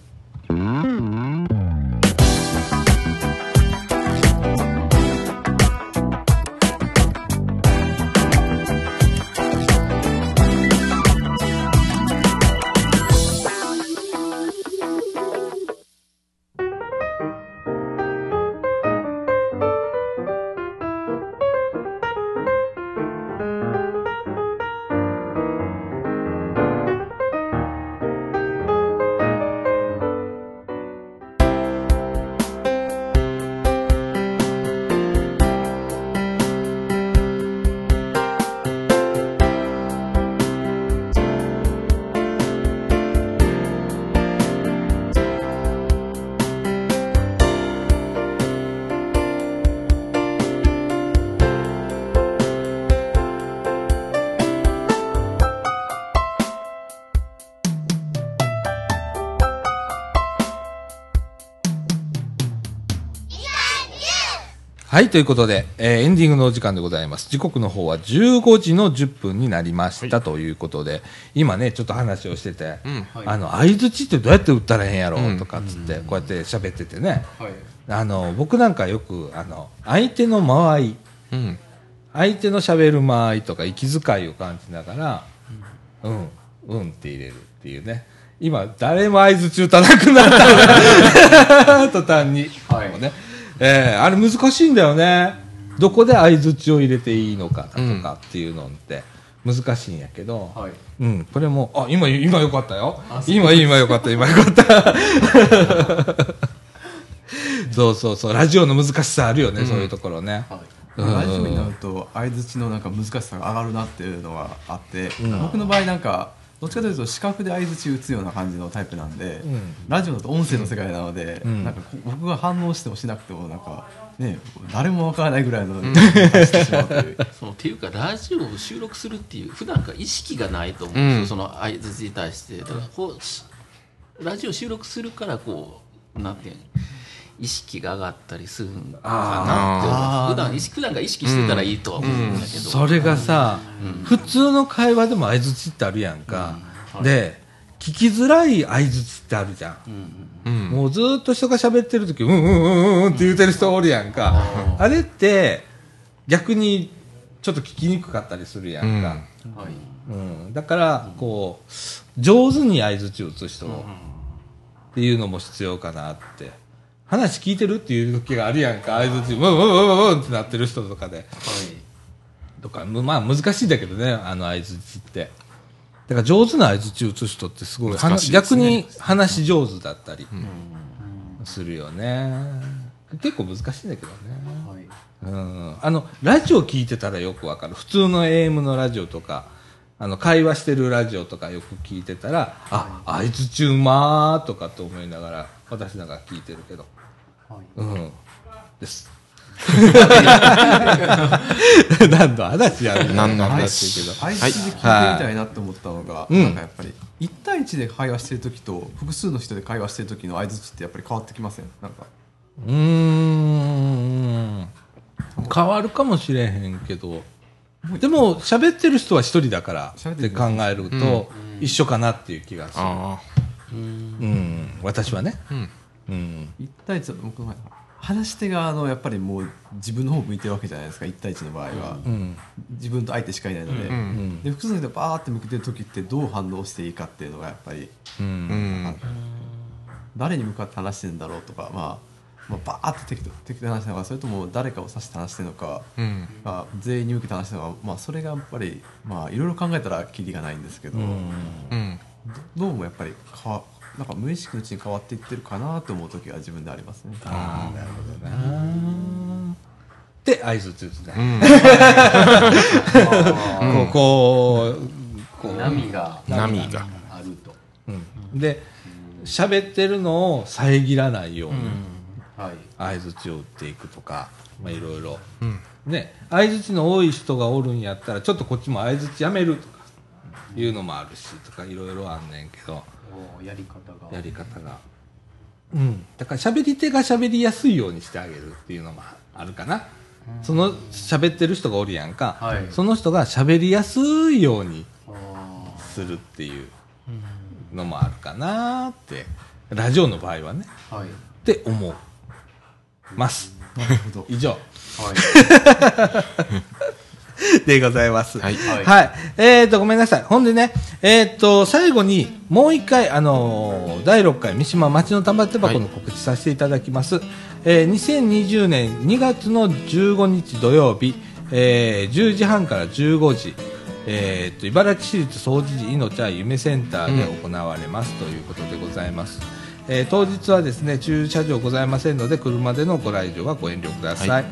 Speaker 1: はい、ということで、えーエンディングのお時間でございます。時刻の方は15時の10分になりました、ということで、今ね、ちょっと話をしてて、
Speaker 4: うん
Speaker 1: あの、相づちってどうやって打ったらええんやろとかっつって、こうやって喋っててね、
Speaker 5: はい
Speaker 1: あの、僕なんかよく、あの、相手の間合い、
Speaker 4: うん
Speaker 1: 相手の喋る間合いとか息遣いを感じながら、うん、うん、って入れるっていうね。今、誰も合図中打たなくなった。 途端に。
Speaker 5: はい
Speaker 1: もうねえーあれ難しいんだよね。どこで合図中を入れていいのかとかっていうのって難しいんやけど、
Speaker 5: はい
Speaker 1: うん、これも、あ、今、今よかったよ。今、今よかった、今よかった。そうそうそう、ラジオの難しさあるよね、そういうところね。
Speaker 2: 大丈夫になると相づちのなんか難しさが上がるなっていうのがあって、僕の場合なんかどっちかというと視覚で相づち打つような感じのタイプなんで、ラジオだと音声の世界なので、なんかこ僕が反応してもしなくてもなんか、ね、誰もわからないぐらいの感じがしてしまうと いう。
Speaker 3: そのっていうかラジオを収録するっていう普段から意識がないと思うんですよ、
Speaker 4: うん
Speaker 3: その相づちに対してだからこうしラジオ収録するからこうなんていうの意識が上がったりするのか
Speaker 4: あ
Speaker 3: なって思う普段意識普段が意識してたらいいとは思うんだけど、
Speaker 1: それがさ、普通の会話でも相づちってあるやんか、で聞きづらい相づちってあるじゃん、
Speaker 4: うん
Speaker 1: もうずーっと人が喋ってる時うんうんうんうんうんって言うてる人おるやんか、あれって逆にちょっと聞きにくかったりするやんか、
Speaker 3: はい
Speaker 1: うんだからこう上手に相づちを打つ人っていうのも必要かなって話聞いてるっていう時があるやんか相づちうんうんうんうんうんってなってる人とかで。とか、むまあ難しいんだけどね、あの相づちって。だから上手な相づち打つ人ってすごい、
Speaker 4: 難しいで
Speaker 1: 逆
Speaker 4: すね
Speaker 1: に話上手だったりするよね。結構難しいんだけどね。
Speaker 5: はい
Speaker 1: うん。あの、ラジオ聞いてたらよくわかる。普通の AM のラジオとか、あの、会話してるラジオとかよく聞いてたら、あ、相づちうまーとかと思いながら、私なんか聞いてるけど。うん。です。何の話やる
Speaker 4: 何の
Speaker 2: はい、
Speaker 4: 話
Speaker 1: けど
Speaker 2: 相づちで聞いてみたいなと思ったのが、
Speaker 1: い
Speaker 2: なんかやっぱり1対1で会話してる時と複数の人で会話してる時の相づちってやっぱり変わってきませんなんか
Speaker 1: うーん変わるかもしれへんけどでも喋ってる人は一人だから
Speaker 2: 喋
Speaker 1: っ
Speaker 2: ってる
Speaker 1: て
Speaker 2: 人
Speaker 1: 考えると一緒かなっていう気がする、
Speaker 4: あ
Speaker 1: うん、私はね、
Speaker 4: あうん
Speaker 1: うん、
Speaker 2: 1対1だと僕の前だ話し手側のやっぱりもう自分の方向いてるわけじゃないですか1対1の場合は、
Speaker 1: うん、
Speaker 2: 自分と相手しかいないので,、
Speaker 4: うん
Speaker 2: で複数の人がバーって向けてる時ってどう反応していいかっていうのがやっぱり
Speaker 4: うん
Speaker 2: 誰に向かって話してんだろうとか、まあ、まあバーって適当適当に話してるのかそれとも誰かを指して話してるのか、
Speaker 4: うん
Speaker 2: まあ、全員に向けて話してるのか、まあ、それがやっぱりまあいろいろ考えたらキリがないんですけど、
Speaker 4: うん
Speaker 2: どうもやっぱりかわなんか無意識のうちに変わっていってるかなと思う時は自分でありますね。
Speaker 1: ああなるほどなで合図って言ってた、 こうこう
Speaker 5: 波が
Speaker 4: 波が
Speaker 5: あると。
Speaker 1: うん、で喋ってるのを遮らないように
Speaker 5: はい。
Speaker 1: 相づちを打っていくとか、まあ、いろいろ、
Speaker 4: ん
Speaker 1: ね相づちの多い人がおるんやったらちょっとこっちも相づちやめるとかいうのもあるしとかいろいろあんねんけど
Speaker 5: おーやり方が。
Speaker 1: やり方が、うん、だから喋り手が喋りやすいようにしてあげるっていうのもあるかな、その喋ってる人がおるやんか、
Speaker 5: はい
Speaker 1: その人が喋りやすいように
Speaker 5: あー
Speaker 1: するっていうのもあるかなってラジオの場合はね
Speaker 5: はい。
Speaker 1: って思うます
Speaker 2: なるほど
Speaker 1: 以上
Speaker 5: はい。
Speaker 1: でございます。
Speaker 4: はい
Speaker 1: はい。えーと、ごめんなさい。ほんでね、えーと、最後に、もう一回、あのー第6回三島町の玉手箱の告知させていただきます。えー2020年2月の15日土曜日、えー10時半から15時、えーと、茨城市立総知事いのちゃん夢センターで行われます、ということでございます。えー当日はですね駐車場ございませんので車でのご来場はご遠慮ください、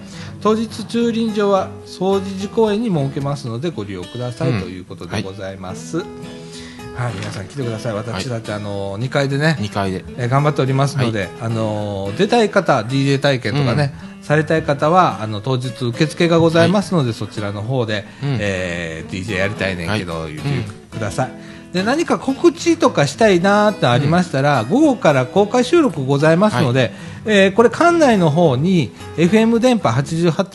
Speaker 1: 当日駐輪場は総除寺公園に設けますのでご利用ください、
Speaker 4: うん
Speaker 1: ということでございますはい、皆さん来てください私たち、あの2階で
Speaker 4: 二
Speaker 1: ね、
Speaker 4: 階で
Speaker 1: えー頑張っておりますので、あの出たい方 DJ 体験とかね、されたい方はあの当日受付がございますので、そちらの方で、
Speaker 4: うん
Speaker 1: えー DJ やりたいねんけど、言うてください、で何か告知とかしたいなーってありましたら、午後から公開収録ございますので、えーこれ館内の方に FM 電波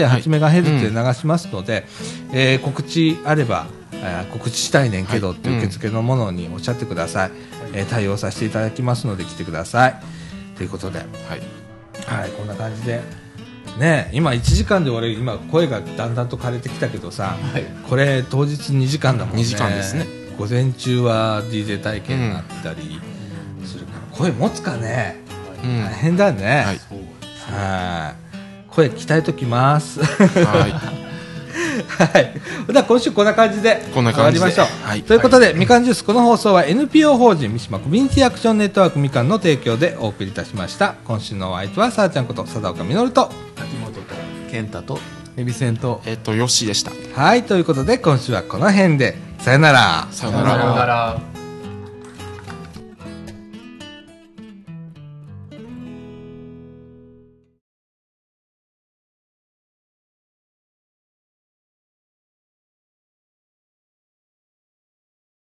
Speaker 1: 88.8MHz で流しますので、えー告知あればあー告知したいねんけどって受付のものにおっしゃってください、えー対応させていただきますので来てくださいということで
Speaker 4: はい
Speaker 1: はい、こんな感じで。ねえ、今1時間で俺今声がだんだんと枯れてきたけどさ、これ当日2時間だもんね
Speaker 4: 2時間ですね
Speaker 1: 午前中は DJ 体験になったりするから、声持つかね
Speaker 4: うん
Speaker 1: 大変だね
Speaker 4: はい
Speaker 5: そう
Speaker 1: はい声鍛えときます
Speaker 4: は
Speaker 1: はいほな今週こんな感じで
Speaker 4: こんな感じで
Speaker 1: 終わりましょう、
Speaker 4: はい
Speaker 1: ということで、みかんジュースこの放送は NPO 法人三島コミュニティアクションネットワークみかんの提供でお送りいたしました今週のお相手はさあちゃんこと佐岡実と
Speaker 5: 秋元と。
Speaker 3: 健太と
Speaker 2: エビセンと
Speaker 4: いえっとよしでした
Speaker 1: はい、ということで今週はこの辺で。さよなら。
Speaker 4: さよ
Speaker 5: さ
Speaker 4: な
Speaker 5: よ
Speaker 4: ら
Speaker 5: なら。